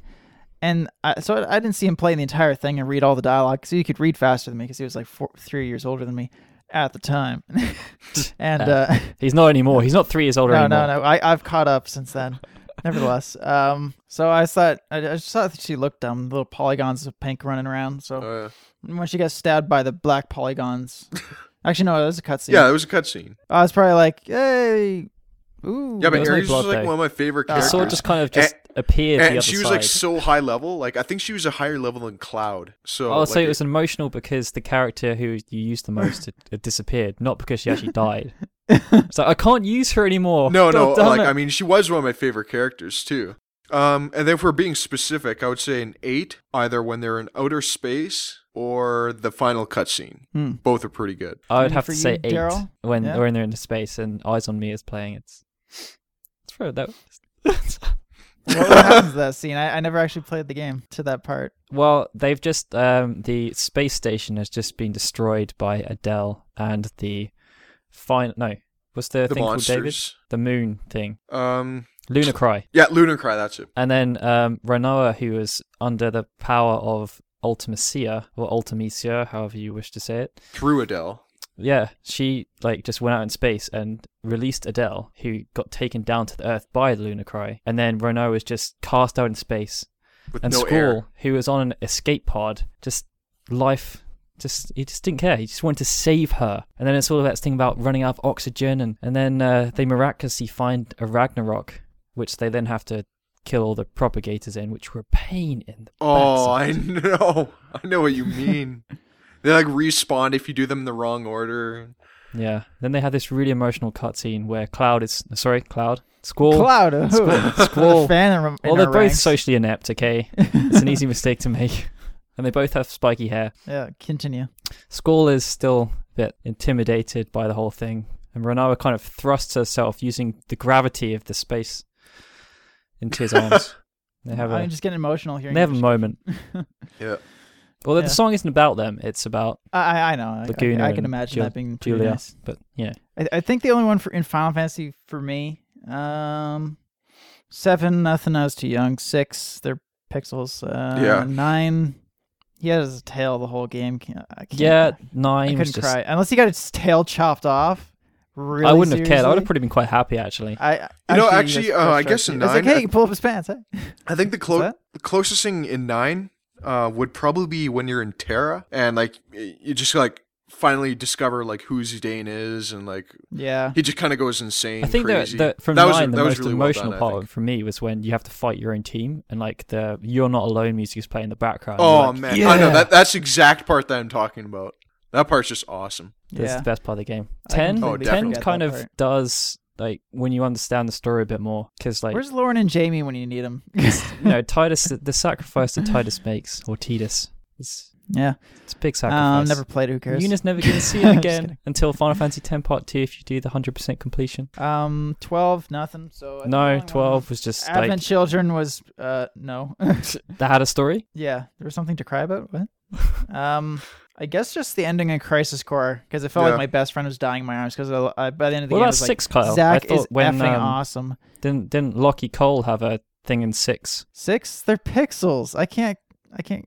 Speaker 1: and I, so I didn't see him playing the entire thing and read all the dialogue. So he could read faster than me because he was like four, three years older than me at the time, and.
Speaker 2: Ah,
Speaker 1: Uh,
Speaker 3: He's not anymore. He's not three years older
Speaker 1: no,
Speaker 3: anymore.
Speaker 1: No, no, I, I've caught up since then. Nevertheless, um, so I thought I, I just thought she looked dumb, little polygons of pink running around. So
Speaker 2: Uh,
Speaker 1: when she got stabbed by the black polygons, actually no, that was a cutscene.
Speaker 2: yeah, it was a cutscene.
Speaker 1: I was probably like, hey, ooh,
Speaker 2: Yeah, but
Speaker 3: There's no
Speaker 2: Ares was
Speaker 3: blood,
Speaker 2: like
Speaker 3: though.
Speaker 2: one of my favorite
Speaker 1: Uh,
Speaker 3: The
Speaker 2: characters.
Speaker 3: sword just kind of just appeared the other
Speaker 2: and she was
Speaker 3: side.
Speaker 2: like so high level. Like I think she was a higher level than Cloud. So
Speaker 3: I'll
Speaker 2: like,
Speaker 3: say Oh, it was emotional because the character who you used the most had, had disappeared, not because she actually died. It's like I can't use her anymore.
Speaker 2: No, no.
Speaker 3: God damn
Speaker 2: Like
Speaker 3: it.
Speaker 2: I mean, she was one of my favorite characters too. Um, and then if we're being specific, I would say an eight, either when they're in outer space or the final cutscene.
Speaker 1: Hmm.
Speaker 2: Both are pretty good.
Speaker 3: I would
Speaker 1: And
Speaker 3: have
Speaker 1: for
Speaker 3: to
Speaker 1: you,
Speaker 3: say eight
Speaker 1: Daryl?
Speaker 3: when
Speaker 1: Yeah.
Speaker 3: when they're in space and Eyes on Me is playing. It's it's for that.
Speaker 1: what, what happens to that scene? I, I never actually played the game to that part.
Speaker 3: Well, they've just um, the space station has just been destroyed by Adele and the final. No, what's the,
Speaker 2: The
Speaker 3: thing called David?
Speaker 2: monsters.
Speaker 3: The moon thing,
Speaker 2: Um,
Speaker 3: Lunar Cry.
Speaker 2: yeah, Lunar Cry. That's it.
Speaker 3: And then um, Ranoa, who was under the power of Ultimacia, or Ultimacia, however you wish to say it,
Speaker 2: Through Adele.
Speaker 3: yeah, she like just went out in space and released Adele, who got taken down to the Earth by the Lunar Cry, and then Renault was just cast out in space.
Speaker 2: with
Speaker 3: And
Speaker 2: no
Speaker 3: Squall,
Speaker 2: air.
Speaker 3: who was on an escape pod, just life, just he just didn't care. He just wanted to save her. And then it's all about this thing about running out of oxygen, and and then uh, they miraculously find a Ragnarok, which they then have to kill all the propagators in, which were a pain in the
Speaker 2: Oh,
Speaker 3: backside.
Speaker 2: I know. I know what you mean. they like respawn if you do them in the wrong order.
Speaker 3: Yeah. Then they had this really emotional cutscene where Cloud is sorry, Cloud, Squall,
Speaker 1: Cloud. Oh,
Speaker 3: Squall,
Speaker 1: Another
Speaker 3: Squall.
Speaker 1: fan in, in
Speaker 3: Well, they're
Speaker 1: our
Speaker 3: both
Speaker 1: ranks.
Speaker 3: socially inept. Okay, it's an easy mistake to make. And they both have spiky hair.
Speaker 1: Yeah, continue.
Speaker 3: Squall is still a bit intimidated by the whole thing, and Renawa kind of thrusts herself using the gravity of the space into his arms. they have a
Speaker 1: I'm just getting emotional here.
Speaker 3: they have a moment.
Speaker 2: Yeah.
Speaker 3: Although
Speaker 1: Yeah.
Speaker 3: the song isn't about them, it's about
Speaker 1: I, I know. I,
Speaker 3: Laguna
Speaker 1: I, I can
Speaker 3: and
Speaker 1: imagine
Speaker 3: Jul-
Speaker 1: that being pretty
Speaker 3: Julia.
Speaker 1: nice.
Speaker 3: But yeah,
Speaker 1: I, I think the only one for in Final Fantasy for me, um, seven. Nothing. I was too young. Six. They're pixels. Uh,
Speaker 2: Yeah.
Speaker 1: Nine. He had his tail the whole game. Can't- I can't,
Speaker 3: yeah,
Speaker 1: I
Speaker 3: nine was
Speaker 1: couldn't
Speaker 3: just.
Speaker 1: cry unless he got his tail chopped off. Really,
Speaker 3: I wouldn't have cared. I would have
Speaker 1: seriously?
Speaker 3: probably been quite happy actually.
Speaker 1: I
Speaker 2: You know, actually,
Speaker 1: that's-
Speaker 2: uh,
Speaker 1: that's
Speaker 2: I guess
Speaker 1: true.
Speaker 2: in
Speaker 1: It's like,
Speaker 2: nine-
Speaker 1: hey, he can pull up his pants. Hey?
Speaker 2: I think the, clo-
Speaker 1: What's that?
Speaker 2: the closest thing in nine uh, would probably be when you're in Terra and like y- you just like finally discover like who Zidane is and like
Speaker 1: Yeah,
Speaker 2: he just kind of goes insane.
Speaker 3: I think that,
Speaker 2: crazy.
Speaker 3: that from
Speaker 2: That was-
Speaker 3: nine,
Speaker 2: that
Speaker 3: the
Speaker 2: was
Speaker 3: most
Speaker 2: really well
Speaker 3: emotional
Speaker 2: done, I
Speaker 3: part
Speaker 2: think.
Speaker 3: for me was when you have to fight your own team and like the "You're Not Alone" music is playing in the background. You're
Speaker 2: Oh
Speaker 3: like,
Speaker 2: man,
Speaker 3: yeah.
Speaker 2: I know that that's the exact part that I'm talking about. That part's just awesome.
Speaker 3: That's
Speaker 1: yeah.
Speaker 3: the best part of the game.
Speaker 1: I can
Speaker 3: 10,
Speaker 2: totally
Speaker 3: 10
Speaker 2: forget
Speaker 3: kind
Speaker 1: that
Speaker 3: of
Speaker 1: part.
Speaker 3: does like when you understand the story a bit more because like
Speaker 1: Where's Lauren and Jamie when you need them?
Speaker 3: you know Titus the, the sacrifice that Titus makes or Titus it's
Speaker 1: yeah,
Speaker 3: it's a big sacrifice.
Speaker 1: um, never played. it, Who cares?
Speaker 3: Eunice never gonna
Speaker 1: I'm
Speaker 3: see it
Speaker 1: just
Speaker 3: again
Speaker 1: kidding.
Speaker 3: until Final Fantasy X Part Two if you do the hundred percent completion.
Speaker 1: Um, twelve, nothing. So I think the only
Speaker 3: No,
Speaker 1: one-
Speaker 3: twelve was just
Speaker 1: Advent Children was uh no,
Speaker 3: like that had a story.
Speaker 1: yeah, there was something to cry about. What? um, I guess just the ending in Crisis Core because it felt
Speaker 2: Yeah.
Speaker 1: like my best friend was dying in my arms because I, I, by the end of the
Speaker 3: Well,
Speaker 1: game I
Speaker 3: that's
Speaker 1: was like,
Speaker 3: six, Kyle.
Speaker 1: Zach
Speaker 3: I thought
Speaker 1: is
Speaker 3: when
Speaker 1: effing
Speaker 3: um,
Speaker 1: awesome.
Speaker 3: didn't didn't Lockie Cole have a thing in six?
Speaker 1: Six, they're pixels. I can't, I can't.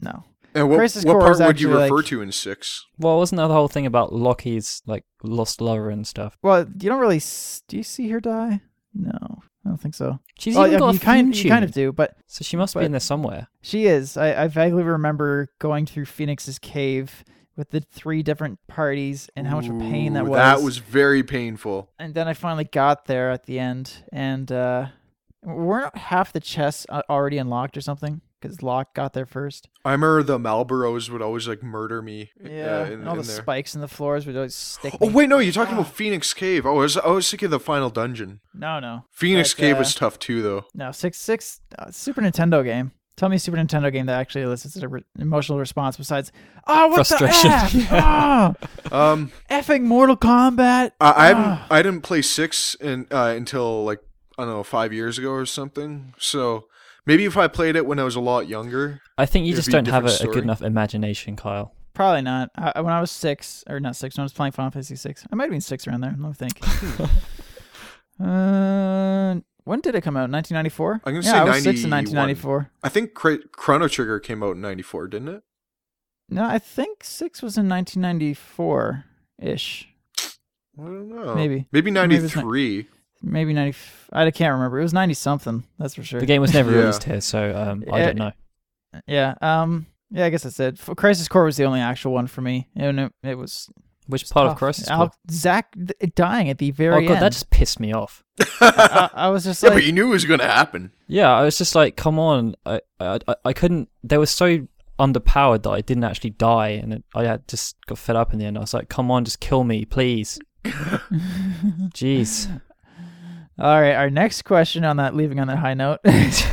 Speaker 1: No,
Speaker 2: And what,
Speaker 1: Crisis
Speaker 2: what
Speaker 1: Core
Speaker 2: part
Speaker 1: is
Speaker 2: would you
Speaker 1: actually,
Speaker 2: refer
Speaker 1: like-
Speaker 2: to in six?
Speaker 3: Well, wasn't that the whole thing about Lockie's like lost lover and stuff?
Speaker 1: well, you don't really. s- Do you see her die? No, I don't think so.
Speaker 3: She's
Speaker 1: Well,
Speaker 3: even
Speaker 1: Oh, yeah,
Speaker 3: got
Speaker 1: you
Speaker 3: a
Speaker 1: kind,
Speaker 3: theme
Speaker 1: you kind of
Speaker 3: tune.
Speaker 1: do, but
Speaker 3: So she must be
Speaker 1: but-
Speaker 3: in there somewhere.
Speaker 1: She is. I, I vaguely remember going through Phoenix's cave with the three different parties and how much of a pain that
Speaker 2: Ooh,
Speaker 1: was.
Speaker 2: That was very painful.
Speaker 1: And then I finally got there at the end, and uh, weren't half the chests a- already unlocked or something? Because Locke got there first.
Speaker 2: I remember the Malboros would always like murder me. uh, in,
Speaker 1: and all
Speaker 2: in
Speaker 1: the
Speaker 2: there.
Speaker 1: spikes in the floors would always stick.
Speaker 2: Oh
Speaker 1: me. Ah,
Speaker 2: wait, no, you're talking about Phoenix Cave. Oh, I was I was thinking of the final dungeon.
Speaker 1: No, no,
Speaker 2: Phoenix
Speaker 1: But,
Speaker 2: Cave
Speaker 1: uh,
Speaker 2: was tough too, though.
Speaker 1: no. Six, six. Uh, Super Nintendo game. Tell me a Super Nintendo game that actually elicits an re- emotional response besides, oh, what
Speaker 3: Frustration.
Speaker 1: the F? Oh,
Speaker 2: Um,
Speaker 1: effing Mortal Kombat.
Speaker 2: I, I haven't
Speaker 1: Ah.
Speaker 2: I didn't play six in, uh, until like I don't know five years ago or something. So maybe if I played it when I was a lot younger,
Speaker 3: I think you
Speaker 2: It'd
Speaker 3: just
Speaker 2: be a
Speaker 3: don't have a, a
Speaker 2: different
Speaker 3: good
Speaker 2: story.
Speaker 3: enough imagination, Kyle.
Speaker 1: Probably not. I, I- when I was six, or not six, when I was playing Final Fantasy six, I might have been six around there. Let me think. uh, when did it come out? 1994.
Speaker 2: I'm gonna
Speaker 1: yeah,
Speaker 2: say
Speaker 1: I was six in
Speaker 2: 91.
Speaker 1: 1994.
Speaker 2: I think Cra- Chrono Trigger came out in '94, didn't it?
Speaker 1: No, I think six was in 1994 ish.
Speaker 2: I don't know.
Speaker 1: Maybe.
Speaker 2: maybe
Speaker 1: Maybe it's not-
Speaker 2: '93.
Speaker 1: Maybe 90. I can't remember. It was 90 something. That's for sure.
Speaker 3: The game was never
Speaker 2: Yeah.
Speaker 3: released here, so um, I
Speaker 1: Yeah.
Speaker 3: don't know.
Speaker 1: Yeah. Um. Yeah, I guess that's it. F- Crisis Core was the only actual one for me, and it, it was
Speaker 3: Which part
Speaker 1: tough.
Speaker 3: of Crisis?
Speaker 1: Oh, Al-
Speaker 3: Core?
Speaker 1: Zach th- dying at the very
Speaker 3: Oh god,
Speaker 1: end.
Speaker 3: that just pissed me off.
Speaker 1: I, I was just
Speaker 2: yeah,
Speaker 1: like,
Speaker 2: but you knew it was gonna happen.
Speaker 3: Yeah, I was just like, come on, I I, I- I couldn't. They were so underpowered that I didn't actually die, and it, I had just got fed up in the end. I was like, come on, just kill me, please. Jeez,
Speaker 1: All right, our next question on that, leaving on that high note, is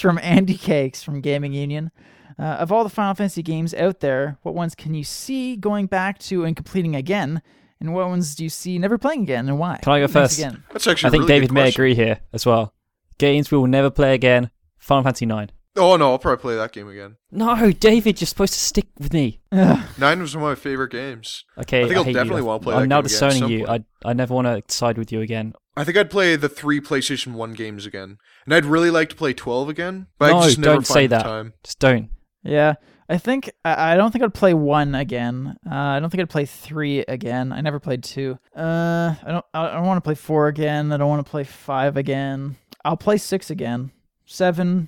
Speaker 1: from Andy Cakes from Gaming Union. Uh, of all the Final Fantasy games out there, what ones can you see going back to and completing again, and what ones do you see never playing again, and why?
Speaker 3: Can I go
Speaker 1: Thanks
Speaker 3: first?
Speaker 1: Again.
Speaker 2: That's actually.
Speaker 3: I
Speaker 2: a
Speaker 3: think
Speaker 2: really
Speaker 3: David
Speaker 2: good
Speaker 3: may
Speaker 2: question.
Speaker 3: agree here as well. Games we will never play again. Final Fantasy Nine.
Speaker 2: Oh no, I'll probably play that game again.
Speaker 3: No, David, you're supposed to stick with me.
Speaker 1: Ugh.
Speaker 2: Nine was one of my favorite games.
Speaker 3: Okay,
Speaker 2: I think I'll
Speaker 3: hate you.
Speaker 2: definitely wanna play
Speaker 3: I'm
Speaker 2: that
Speaker 3: now
Speaker 2: game again at
Speaker 3: disowning
Speaker 2: some
Speaker 3: you. I
Speaker 2: point.
Speaker 3: I never want to side with you again.
Speaker 2: I think I'd play the three PlayStation One games again, and I'd really like to play twelve again, but
Speaker 3: no,
Speaker 2: I just never
Speaker 3: don't
Speaker 2: find
Speaker 3: say
Speaker 2: the
Speaker 3: that.
Speaker 2: time.
Speaker 3: Just don't.
Speaker 1: Yeah, I think I, I don't think I'd play one again. Uh, I don't think I'd play three again. I never played two. Uh, I don't. I don't want to play four again. I don't want to play five again. I'll play six again. Seven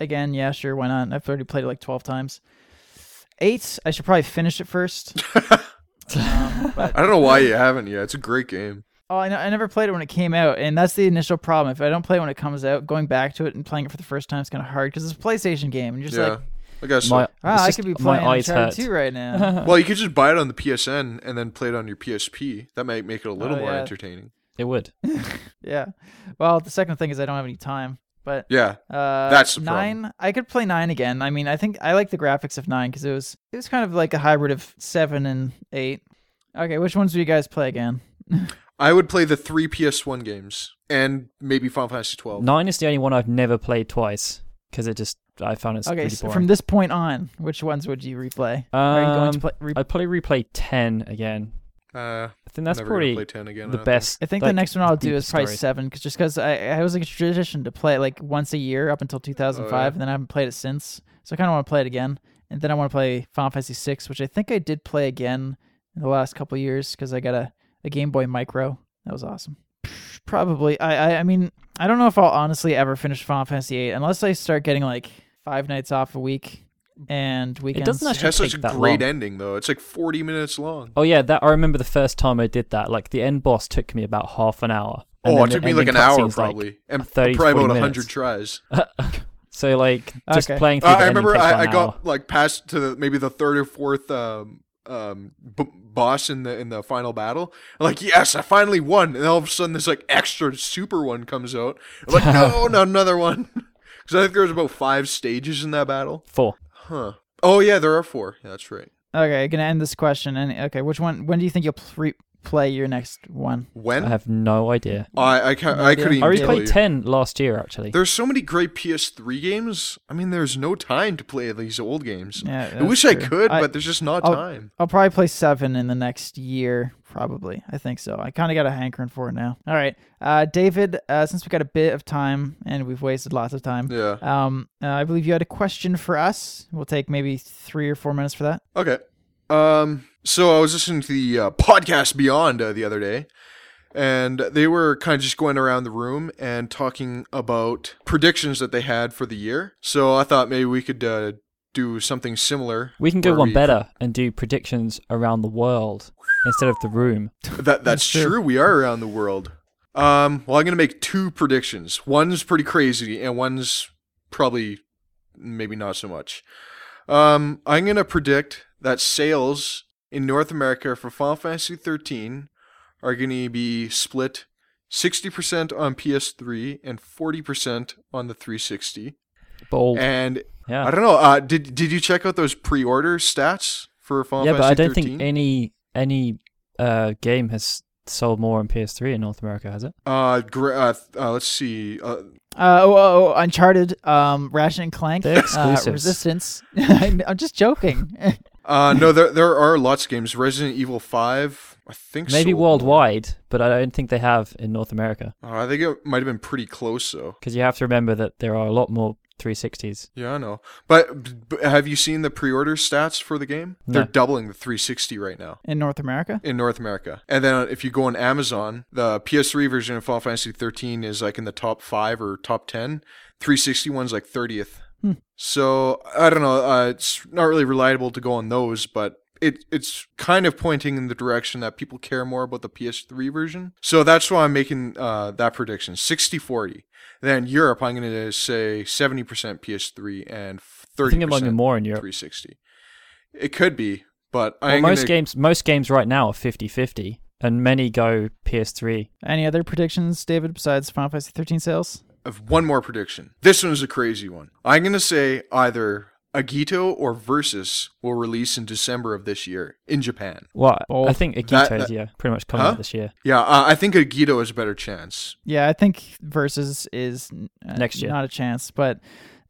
Speaker 1: again. Yeah, sure. Why not? I've already played it like twelve times. Eight. I should probably finish it first. um, but
Speaker 2: I don't know why you haven't yet. It's a great game.
Speaker 1: Oh, I, know, I never played it when it came out, and that's the initial problem. If I don't play it when it comes out, going back to it and playing it for the first time is kind of hard because it's a PlayStation game, and you're just
Speaker 2: yeah.
Speaker 1: like,
Speaker 2: I guess so.
Speaker 3: My, uh,
Speaker 1: ah,
Speaker 3: it's
Speaker 1: I
Speaker 3: just-
Speaker 1: could be
Speaker 3: my
Speaker 1: playing
Speaker 3: eyes
Speaker 1: Uncharted
Speaker 3: hurt.
Speaker 1: 2 right now.
Speaker 2: Well, you could just buy it on the PSN and then play it on your PSP. That might make it a little
Speaker 1: Oh,
Speaker 2: more
Speaker 1: yeah.
Speaker 2: entertaining.
Speaker 3: it would.
Speaker 1: yeah. Well, the second thing is I don't have any time, but
Speaker 2: Yeah.
Speaker 1: uh,
Speaker 2: That's the
Speaker 1: nine.
Speaker 2: problem.
Speaker 1: I could play nine again. I mean, I think I like the graphics of nine because it was it was kind of like a hybrid of seven and eight. Okay, which ones do you guys play again?
Speaker 2: I would play the three PS1 games and maybe Final Fantasy 12.
Speaker 3: Nine is the only one I've never played twice because it just I found it
Speaker 1: okay,
Speaker 3: really
Speaker 1: so
Speaker 3: boring.
Speaker 1: from this point on, which ones would you replay? Are you going to
Speaker 3: um,
Speaker 1: play? Re-
Speaker 3: I'd probably replay ten again.
Speaker 2: Uh,
Speaker 3: I think that's
Speaker 2: never gonna
Speaker 3: probably
Speaker 2: play 10 again. I
Speaker 3: the
Speaker 2: don't
Speaker 3: best.
Speaker 1: I think
Speaker 3: like,
Speaker 1: the next one I'll do
Speaker 3: deep
Speaker 1: is probably
Speaker 3: story.
Speaker 1: seven, cause just because I, I was like a tradition to play it like once a year up until 2005,
Speaker 2: Oh, yeah.
Speaker 1: and then I haven't played it since. So I kind of want to play it again, and then I want to play Final Fantasy VI, which I think I did play again in the last couple years because I got a, a Game Boy Micro. That was awesome. Probably. I, I I mean I don't know if I'll honestly ever finish Final Fantasy VIII unless I start getting like five nights off a week and weekends.
Speaker 3: doesn't
Speaker 2: It
Speaker 3: actually-
Speaker 2: has such a
Speaker 3: take that
Speaker 2: great
Speaker 3: long.
Speaker 2: ending, though. It's like 40 minutes long.
Speaker 3: Oh yeah, that I remember the first time I did that. Like the end boss took me about half an hour. And
Speaker 2: oh,
Speaker 3: then
Speaker 2: it
Speaker 3: the
Speaker 2: took me like an
Speaker 3: ending
Speaker 2: hour,
Speaker 3: cutscene's, like-
Speaker 2: probably. and
Speaker 3: 30,
Speaker 2: probably about
Speaker 3: 40
Speaker 2: 100
Speaker 3: minutes.
Speaker 2: tries.
Speaker 3: so like just
Speaker 1: Okay.
Speaker 3: playing through
Speaker 2: Uh,
Speaker 3: the
Speaker 2: I
Speaker 3: ending
Speaker 2: remember
Speaker 3: takes about
Speaker 2: I, I
Speaker 3: an hour.
Speaker 2: got like past to the, maybe the third or fourth um, um, b- boss in the in the final battle. I'm like, yes, I finally won. And all of a sudden, this like extra super one comes out. I'm like, no, not another one. Because I think there was about five stages in that battle.
Speaker 3: four.
Speaker 2: Huh. Oh yeah, there are four. Yeah, that's right.
Speaker 1: okay, gonna end this question. And okay, which one? When do you think you'll pre- play your next one?
Speaker 2: When
Speaker 3: I
Speaker 2: I
Speaker 3: have no idea.
Speaker 2: I, can't, I couldn't
Speaker 3: I
Speaker 2: even tell you.
Speaker 3: replayed ten last year actually.
Speaker 2: There's so many great PS3 games. I mean, there's no time to play these old games.
Speaker 1: Yeah,
Speaker 2: I wish I
Speaker 1: that's true.
Speaker 2: could,
Speaker 1: I-
Speaker 2: but there's just not
Speaker 1: I'll-
Speaker 2: time.
Speaker 1: I'll probably play seven in the next year, probably. I think so. I kind of got a hankering for it now. All right, uh, David. Uh, since we got a bit of time and we've wasted lots of time,
Speaker 2: Yeah.
Speaker 1: um, uh, I believe you had a question for us. We'll take maybe three or four minutes for that.
Speaker 2: Okay. Um. So I was listening to the uh, podcast Beyond uh, the other day, and they were kind of just going around the room and talking about predictions that they had for the year. So I thought maybe we could uh, do something similar.
Speaker 3: We can go
Speaker 2: where
Speaker 3: one
Speaker 2: we-
Speaker 3: better and do predictions around the world instead of the room.
Speaker 2: That that's
Speaker 1: true.
Speaker 2: true. We are around the world. Um. Well, I'm gonna make two predictions. One's pretty crazy, and one's probably maybe not so much. Um. I'm gonna predict that sales in North America for Final Fantasy 13 are gonna be split 60% on PS3 and 40% on the 360.
Speaker 3: Bold.
Speaker 2: And
Speaker 3: Oh, yeah.
Speaker 2: I don't know. Uh. Did Did you check out those pre-order stats for Final
Speaker 3: yeah, but I
Speaker 2: Fantasy
Speaker 3: don't
Speaker 2: 13?
Speaker 3: think any any uh, game has sold more on PS3 in North America, has it?
Speaker 2: Uh, gra- uh, th- uh, let's see. Uh,
Speaker 1: Uh, oh, oh, oh, Uncharted, um, Ratchet and Clank,
Speaker 3: They're
Speaker 1: uh,
Speaker 3: exclusives.
Speaker 1: Resistance. I'm I'm just joking.
Speaker 2: Uh, no, there there are lots of games. Resident Evil Five, I think.
Speaker 3: Maybe
Speaker 2: sold
Speaker 3: worldwide, but I don't think they have in North America
Speaker 2: more. Uh, I think it might have been pretty close though.
Speaker 3: because you have to remember that there are a lot more 360s.
Speaker 2: Yeah, I know. But, b- b have you seen the pre-order stats for the game?
Speaker 3: No.
Speaker 2: They're doubling the 360 right now
Speaker 1: In North America,
Speaker 2: in North America. And then if you go on Amazon, the PS3 version of Final Fantasy 13 is like in the top five or top ten. 360 one's like 30th.
Speaker 1: Hmm.
Speaker 2: So I don't know. Uh, it's not really reliable to go on those, but it it's kind of pointing in the direction that people care more about the PS3 version. So that's why I'm making uh, that prediction 60 40. Then Europe, I'm going to say 70% PS3 and 30%
Speaker 3: I think it might be more in Europe.
Speaker 2: 360. It could be, but
Speaker 3: Well,
Speaker 2: I'm
Speaker 3: most
Speaker 2: gonna,
Speaker 3: games most games right now are 50-50, and many go PS3.
Speaker 1: any other predictions, David, besides Final Fantasy 13 sales?
Speaker 2: of one more prediction. This one's a crazy one. I'm going to say either Agito or Versus will release in December of this year in Japan.
Speaker 3: Well,
Speaker 1: Bold.
Speaker 3: I think
Speaker 2: That-
Speaker 3: Akito's
Speaker 2: that-
Speaker 3: yeah, pretty much coming
Speaker 2: Huh?
Speaker 3: out this year.
Speaker 2: Yeah, uh, I think Agito has a better chance.
Speaker 1: Yeah, I think Versus is uh,
Speaker 3: Next year.
Speaker 1: Not a chance, but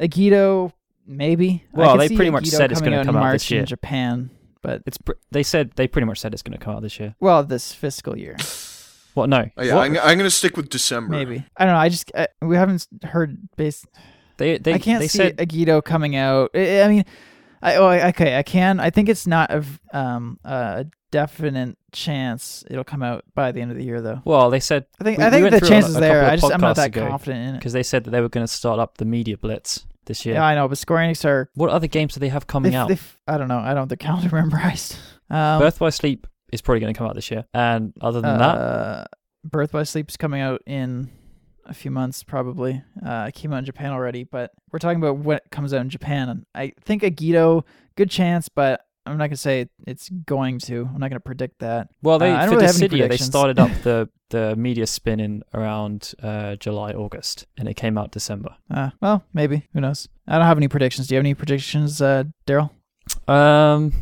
Speaker 1: Aikido maybe. I
Speaker 3: Well,
Speaker 1: could
Speaker 3: they
Speaker 1: see
Speaker 3: pretty much
Speaker 1: Aikido
Speaker 3: said it's
Speaker 1: coming
Speaker 3: gonna
Speaker 1: in
Speaker 3: come out
Speaker 1: March
Speaker 3: this year.
Speaker 1: in Japan, but
Speaker 3: It's pr- they said they pretty much said it's going to come out this year.
Speaker 1: well, this fiscal year
Speaker 3: What? No.
Speaker 2: Oh, yeah,
Speaker 3: What?
Speaker 2: I'm, I'm going to stick with December.
Speaker 1: maybe. I don't know. I just I, we haven't heard base.
Speaker 3: they they
Speaker 1: I can't
Speaker 3: they
Speaker 1: see
Speaker 3: said
Speaker 1: Aikido coming out. I, I mean, I, oh, I- okay, I can. I think it's not a v- um a definite chance it'll come out by the end of the year, though.
Speaker 3: Well, they said
Speaker 1: I think
Speaker 3: We-
Speaker 1: I
Speaker 3: we
Speaker 1: think
Speaker 3: went
Speaker 1: the
Speaker 3: through
Speaker 1: chance
Speaker 3: a-
Speaker 1: is
Speaker 3: a
Speaker 1: there.
Speaker 3: couple of
Speaker 1: I just I'm not
Speaker 3: podcasts
Speaker 1: that
Speaker 3: ago.
Speaker 1: confident in it.
Speaker 3: because they said that they were going to start up the media blitz this year.
Speaker 1: Yeah, I know, but Square Enix are
Speaker 3: What other games do they have coming
Speaker 1: they,
Speaker 3: out?
Speaker 1: they, I don't know. I don't have the calendar memorized. Um,
Speaker 3: Birth by Sleep is probably going to come out this year, and other than that,
Speaker 1: uh, Birth by Sleep's coming out in a few months, probably. Uh, it came out in Japan already, but we're talking about what comes out in Japan. And I think Agito, good chance, but I'm not gonna say it's going to. I'm not gonna predict that.
Speaker 3: well, they
Speaker 1: uh, I don't
Speaker 3: for
Speaker 1: really have any
Speaker 3: Dissidia, they
Speaker 1: predictions.
Speaker 3: started up the the media spin in around uh, July August, and it came out December.
Speaker 1: Uh, well, maybe. Who knows? I don't have any predictions. Do you have any predictions, uh, Daryl?
Speaker 3: Um,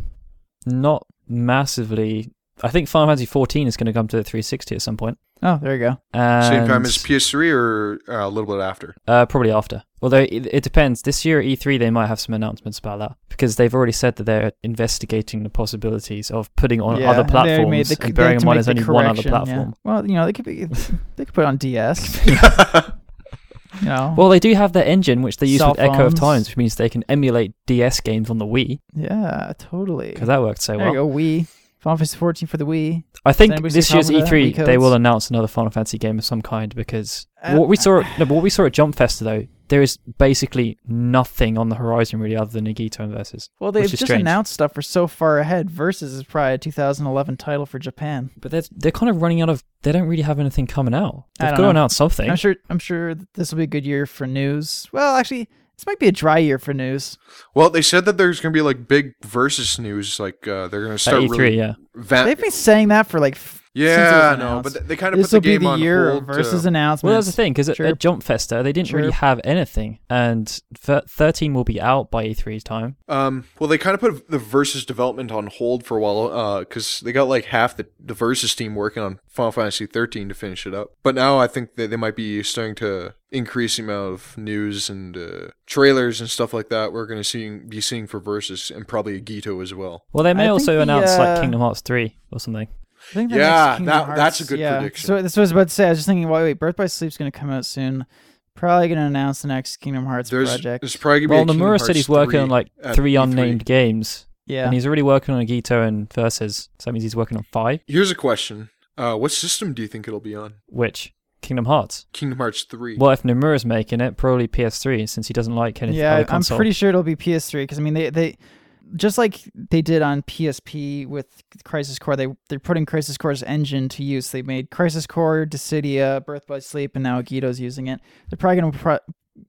Speaker 3: not massively. I think Final Fantasy 14 is going to come to the 360 at some point.
Speaker 1: Oh, there you go.
Speaker 3: And,
Speaker 2: Same time as PS3 or uh, a little bit after?
Speaker 3: Uh, probably after. Although it, it depends. This year at E3, they might have some announcements about that because they've already said that they're investigating the possibilities of putting on
Speaker 1: Yeah,
Speaker 3: other
Speaker 1: and they already
Speaker 3: platforms.
Speaker 1: made the-
Speaker 3: and
Speaker 1: they
Speaker 3: bearing
Speaker 1: had
Speaker 3: in
Speaker 1: to
Speaker 3: mind
Speaker 1: make
Speaker 3: there's
Speaker 1: the
Speaker 3: only one other
Speaker 1: correction, yeah.
Speaker 3: platform.
Speaker 1: Well, you know, they could be they could put it on DS. You know.
Speaker 3: Well, they do have their engine, which they use
Speaker 1: Cell
Speaker 3: with Echo of
Speaker 1: phones.
Speaker 3: Times, which means they can emulate DS games on the Wii
Speaker 1: yeah, totally.
Speaker 3: because that worked so
Speaker 1: There you
Speaker 3: well.
Speaker 1: go. Wii. Final Fantasy 14 for the Wii.
Speaker 3: I think
Speaker 1: anybody see
Speaker 3: this
Speaker 1: a
Speaker 3: year's
Speaker 1: problem with that?
Speaker 3: E3
Speaker 1: Wii
Speaker 3: they will
Speaker 1: codes?
Speaker 3: announce another Final Fantasy game of some kind because
Speaker 1: Uh,
Speaker 3: what we saw at, no, but what we saw at Jump Festa though there is basically nothing on the horizon really other than Nagito and Versus.
Speaker 1: Well, they've
Speaker 3: which is
Speaker 1: just
Speaker 3: strange.
Speaker 1: announced stuff for so far ahead. Versus is probably a 2011 title for Japan.
Speaker 3: But they're they're kind of running out of they don't really have anything coming out.
Speaker 1: I don't
Speaker 3: They've got
Speaker 1: know.
Speaker 3: to announce something.
Speaker 1: I'm sure. I'm sure that this will be a good year for news. Well, actually, this might be a dry year for news.
Speaker 2: Well, they said that there's going to be like big versus news. Like uh, they're going to
Speaker 1: E
Speaker 2: start
Speaker 3: at E3,
Speaker 2: really.
Speaker 3: E yeah.
Speaker 2: va-
Speaker 1: They've been saying that for like. f- since it
Speaker 2: yeah,
Speaker 1: was
Speaker 2: no, but
Speaker 1: announced.
Speaker 2: th- they kind of put
Speaker 1: this
Speaker 2: the
Speaker 1: will be
Speaker 2: game
Speaker 1: the
Speaker 2: on
Speaker 1: year
Speaker 2: hold.
Speaker 1: of versus
Speaker 2: to-
Speaker 1: announcements.
Speaker 3: Well, that's the thing because at,
Speaker 1: Sure.
Speaker 3: at Jump Festa they didn't really
Speaker 1: Sure.
Speaker 3: have anything, and thir- 13 will be out by E3's time.
Speaker 2: um, well, they kind of put the versus development on hold for a while because they got like half the, the versus team working on Final Fantasy 13 to finish it up. But now I think that they might be starting to increase the amount of news and uh, trailers and stuff like that. We're going to see be seeing for versus and probably a Gito as well.
Speaker 3: Well, they may
Speaker 1: I think
Speaker 3: also
Speaker 1: the,
Speaker 3: announce
Speaker 1: uh,
Speaker 3: like Kingdom Hearts 3 or something.
Speaker 1: I think the next
Speaker 2: Yeah,
Speaker 1: Kingdom
Speaker 2: that- that's
Speaker 1: Hearts-
Speaker 2: a good
Speaker 1: yeah.
Speaker 2: prediction.
Speaker 1: So this was about to say. I was just thinking, wait, wait, Birth by Sleep's going to come out soon. Probably going to announce the next Kingdom Hearts
Speaker 2: There's,
Speaker 1: project.
Speaker 2: there's probably
Speaker 3: Well,
Speaker 2: going to be a Kingdom
Speaker 3: Nomura
Speaker 2: Hearts
Speaker 3: said he's working
Speaker 2: 3
Speaker 3: on like
Speaker 2: at E
Speaker 3: three
Speaker 2: E3.
Speaker 3: unnamed games,
Speaker 1: E yeah.
Speaker 3: and he's already working on Agito and Versus. So that means he's working on five,
Speaker 2: Here's a question. Uh, what system do you think it'll be on?
Speaker 3: which Kingdom Hearts.
Speaker 2: Kingdom Hearts 3.
Speaker 3: Well, if Nomura's making it, probably PS3, since he doesn't like any
Speaker 1: yeah,
Speaker 3: other
Speaker 1: I'm
Speaker 3: console.
Speaker 1: pretty sure it'll be PS3 because I mean they they just like they did on PSP with Crisis Core, they they're putting Crisis Core's engine to use. They made Crisis Core, Dissidia, Birth by Sleep, and now Guido's using it. They're probably gonna pro-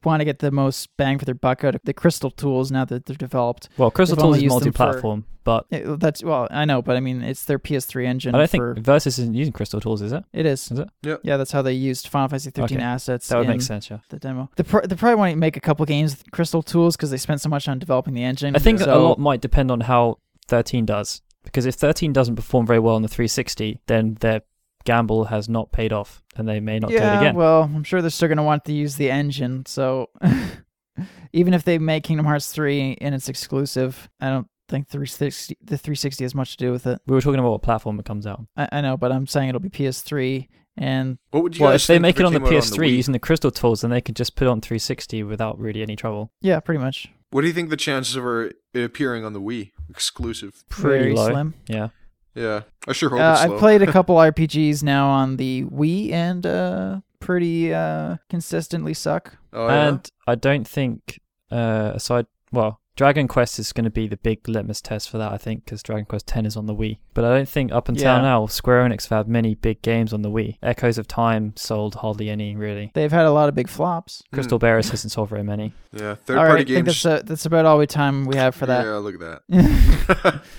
Speaker 1: want to get the most bang for their buck out of the Crystal tools now that they're developed.
Speaker 3: well, Crystal
Speaker 1: they've
Speaker 3: Tools
Speaker 1: only
Speaker 3: is
Speaker 1: used them for-
Speaker 3: multi-platform, but
Speaker 1: It- that's well, I know, but I mean it's their PS3 engine.
Speaker 3: I don't
Speaker 1: for-
Speaker 3: think Versus isn't using Crystal Tools, is it?
Speaker 1: it is.
Speaker 3: Is it?
Speaker 1: Yeah, that's how they used Final Fantasy 13
Speaker 3: Okay.
Speaker 1: assets.
Speaker 3: That would
Speaker 1: in
Speaker 3: make sense, yeah.
Speaker 1: The demo. They, pr- they probably want to make a couple games with Crystal Tools because they spent so much on developing the engine.
Speaker 3: I think a
Speaker 1: so-
Speaker 3: lot might depend on how 13 does, because if 13 doesn't perform very well on the 360, then their gamble has not paid off, and they may not do it again.
Speaker 1: Well, I'm sure they're still going to want to use the engine. So even if they make Kingdom Hearts 3 and it's exclusive, I don't think 360 the 360 has much to do with it.
Speaker 3: we were talking about what platform it comes out. on.
Speaker 1: I, I know, but I'm saying it'll be PS3 and
Speaker 2: what would you
Speaker 3: Well,
Speaker 2: guys
Speaker 3: if they
Speaker 2: think
Speaker 3: make it on the
Speaker 2: came out
Speaker 3: PS3
Speaker 2: Wii?
Speaker 3: using the Crystal Tools, then they can just put it on 360 without really any trouble.
Speaker 1: yeah, pretty much
Speaker 2: What do you think the chances of her appearing on the Wii exclusive?
Speaker 3: Pretty
Speaker 1: very
Speaker 3: low.
Speaker 1: slim.
Speaker 3: Yeah.
Speaker 2: Yeah, I sure hope
Speaker 1: Uh,
Speaker 2: it's
Speaker 1: I've
Speaker 2: low.
Speaker 1: played a couple RPGs now on the Wii and uh pretty uh consistently suck.
Speaker 2: oh, yeah?
Speaker 3: and I don't think, uh, aside, well, Dragon Quest is going to be the big litmus test for that, I think, because Dragon Quest 10 is on the Wii. But I don't think up until
Speaker 1: Yeah.
Speaker 3: now, Square Enix have had many big games on the Wii. Echoes of Time sold hardly any, really.
Speaker 1: They've had a lot of big flops.
Speaker 2: Hmm.
Speaker 3: Crystal Bearers hasn't sold very many.
Speaker 2: Yeah, third
Speaker 1: All right,
Speaker 2: party
Speaker 1: I think
Speaker 2: games.
Speaker 1: that's, uh that's about all the time we have for that.
Speaker 2: Yeah, look at that.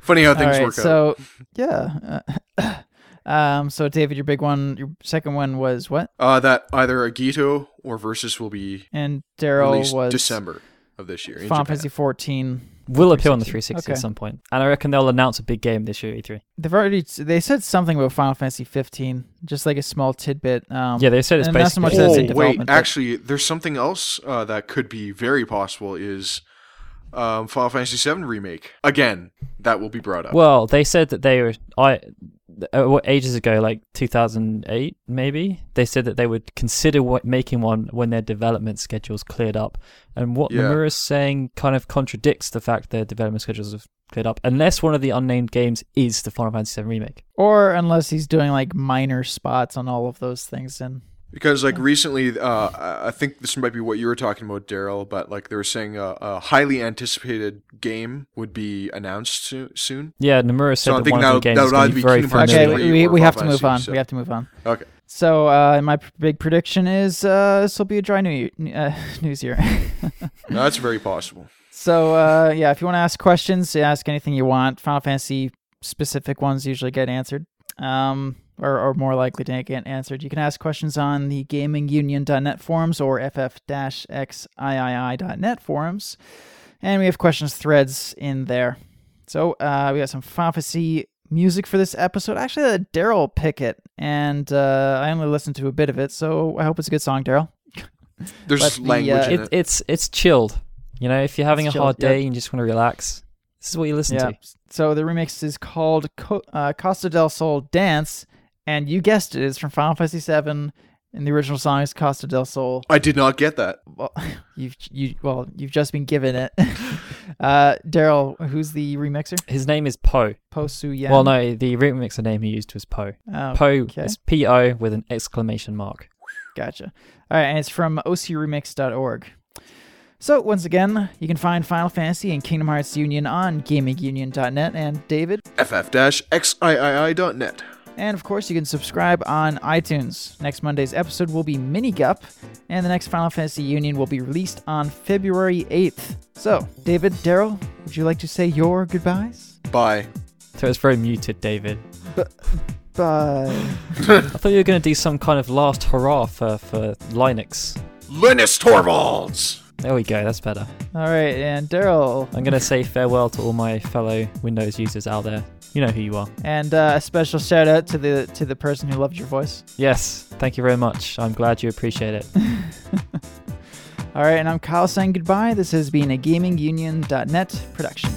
Speaker 2: Funny how things
Speaker 1: All right,
Speaker 2: work out.
Speaker 1: so, yeah. uh, um. So, David, your big one, your second one was what?
Speaker 2: Uh, that either Agito or Versus will be
Speaker 1: And Daryl
Speaker 2: released
Speaker 1: was
Speaker 2: December of this year. in
Speaker 1: Final
Speaker 2: Japan.
Speaker 1: Fantasy 14.
Speaker 3: Will appear on the
Speaker 1: 360.
Speaker 3: 360 at
Speaker 1: Okay.
Speaker 3: some point. And I reckon they'll announce a big game this year, E E3.
Speaker 1: They've already they said something about Final Fantasy 15, just like a small tidbit. Um,
Speaker 3: Yeah, they said it's
Speaker 1: and not so
Speaker 3: basically.
Speaker 1: much
Speaker 3: just-
Speaker 1: that's in
Speaker 2: Oh wait,
Speaker 1: development, but-
Speaker 2: actually, there's something else uh, that could be very possible is um, Final Fantasy VII remake. Again, that will be brought up.
Speaker 3: Well, they said that they were. I uh, what ages ago, like 2008 maybe, they said that they would consider what, making one when their development schedules cleared up. And what
Speaker 2: Yeah.
Speaker 3: Nomura's saying kind of contradicts the fact their development schedules have cleared up, unless one of the unnamed games is the Final Fantasy VII remake.
Speaker 1: Or unless he's doing like minor spots on all of those things, and
Speaker 2: Because like recently, uh, I- I think this might be what you were talking about, Daryl. But like they were saying, uh, a highly anticipated game would be announced so- soon.
Speaker 3: Yeah, Nomura said
Speaker 2: So I
Speaker 3: that
Speaker 2: think
Speaker 3: one of the
Speaker 2: that'll-
Speaker 3: games
Speaker 2: that'll
Speaker 3: is gonna
Speaker 2: either
Speaker 3: be
Speaker 2: be
Speaker 3: very
Speaker 2: Kingdom Hearts
Speaker 1: okay,
Speaker 3: familiar.
Speaker 2: Actually,
Speaker 1: we, we,
Speaker 2: or
Speaker 1: we have to
Speaker 2: Final
Speaker 1: move on.
Speaker 2: Fantasy,
Speaker 1: We have to move on.
Speaker 2: Okay.
Speaker 1: So uh, my p- big prediction is uh, this will be a dry new year, uh, news year.
Speaker 2: Now, that's very possible.
Speaker 1: so uh, yeah, if you want to ask questions, yeah, ask anything you want. Final Fantasy specific ones usually get answered, um, or or more likely to get answered. You can ask questions on the GamingUnion.net forums or ff-xiii.net forums, and we have questions threads in there. So uh, we got some Final Fantasy music for this episode. Actually, uh, Daryl Pickett, and uh, I only listened to a bit of it, so I hope it's a good song, Daryl.
Speaker 2: There's
Speaker 1: But the,
Speaker 2: language
Speaker 1: uh,
Speaker 2: in
Speaker 3: It,
Speaker 2: it.
Speaker 3: it's it's chilled. You know, if you're having
Speaker 1: It's
Speaker 3: a hard
Speaker 1: chilled, yep.
Speaker 3: day and you just want to relax, this is what you listen to.
Speaker 1: So the remix is called Co- uh, Costa del Sol Dance, and you guessed it, it's from Final Fantasy VII, and the original song is Costa del Sol.
Speaker 2: I did not get that.
Speaker 1: Well, you've you well you've just been given it. uh, Daryl, who's the remixer?
Speaker 3: His name is Poe.
Speaker 1: Po Su Yan.
Speaker 3: Well, no, the remixer name he used was Poe.
Speaker 1: Oh,
Speaker 3: Poe
Speaker 1: okay.
Speaker 3: is P O with an exclamation mark.
Speaker 1: Gotcha. All right, and it's from ocremix.org. So once again, you can find Final Fantasy and Kingdom Hearts Union on GamingUnion.net. And David,
Speaker 2: ff-xiii.net.
Speaker 1: And of course, you can subscribe on iTunes. Next Monday's episode will be Mini Gup, and the next Final Fantasy Union will be released on February 8th. So, David, Daryl, would you like to say your goodbyes?
Speaker 2: Bye.
Speaker 3: So it's very muted, David.
Speaker 1: Bye.
Speaker 3: I thought you were going to do some kind of last hurrah for, for Linux.
Speaker 2: Linus Torvalds.
Speaker 3: There we go, that's better.
Speaker 1: All right, and Daryl,
Speaker 3: I'm going to say farewell to all my fellow Windows users out there. You know who you are.
Speaker 1: and uh, a special shout out to the to the person who loved your voice.
Speaker 3: Yes, thank you very much. I'm glad you appreciate it.
Speaker 1: All right, and I'm Kyle saying goodbye. This has been a GamingUnion.net production.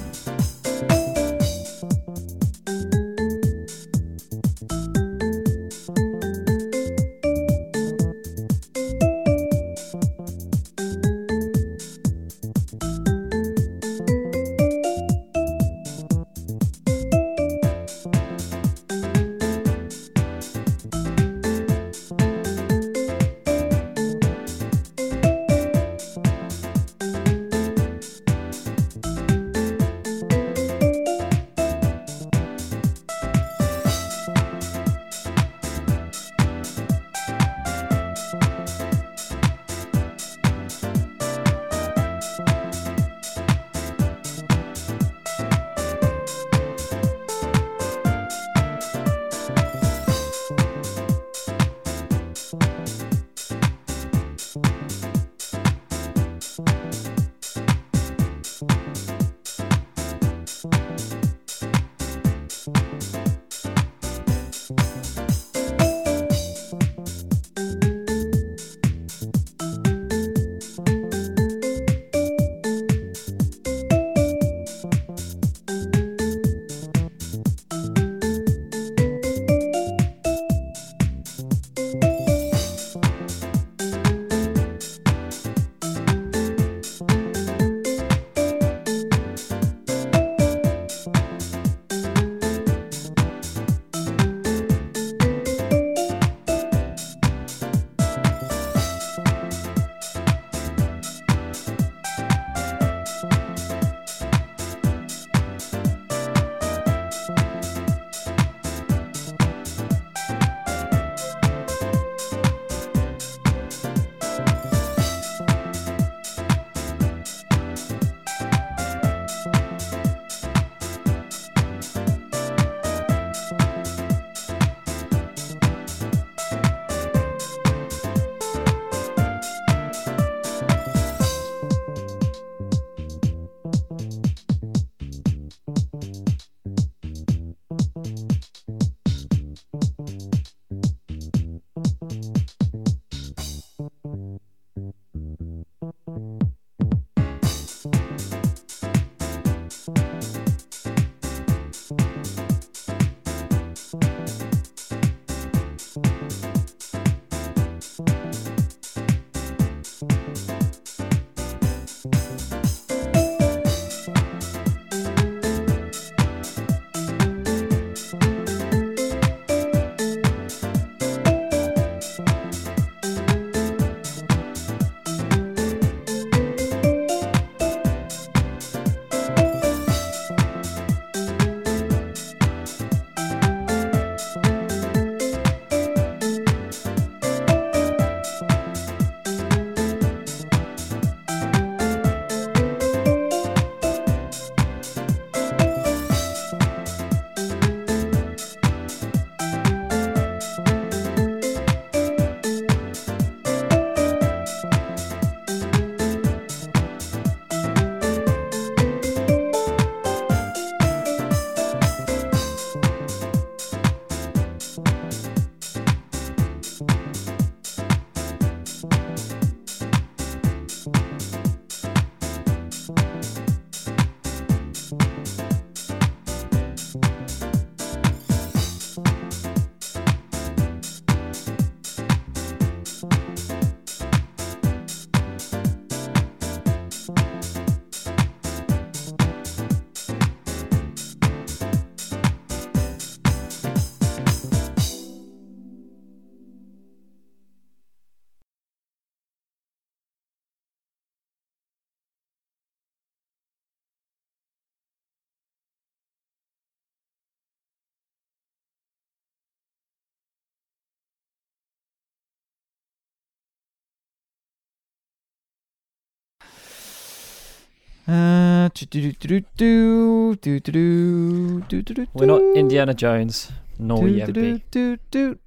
Speaker 1: Uh, do-do-do-do-do, do-do-do, do-do-do-do.
Speaker 3: We're not Indiana Jones, nor will you ever be.
Speaker 1: Do-do-do-do.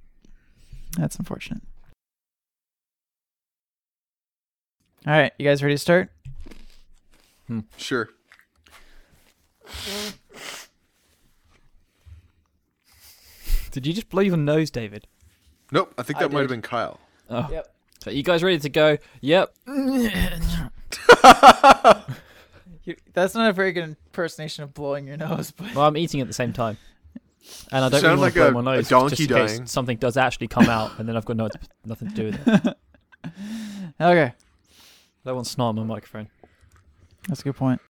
Speaker 1: That's unfortunate. All right, you guys ready to start?
Speaker 2: Sure.
Speaker 3: Did you just blow your nose, David?
Speaker 2: Nope. I think
Speaker 1: I
Speaker 2: that might have
Speaker 1: did.
Speaker 2: been Kyle.
Speaker 3: Oh.
Speaker 1: Yep.
Speaker 3: So you guys ready to go? Yep.
Speaker 1: You, that's not a very good impersonation of blowing your nose, but
Speaker 3: Well, I'm eating at the same time. And I don't
Speaker 2: Sound
Speaker 3: really
Speaker 2: like
Speaker 3: want to blow
Speaker 2: a-
Speaker 3: my
Speaker 2: a
Speaker 3: nose
Speaker 2: donkey
Speaker 3: just in case
Speaker 2: dying.
Speaker 3: something does actually come out, and then I've got no, nothing to do with it.
Speaker 1: okay,
Speaker 3: That one's snot on my microphone.
Speaker 1: that's a good point.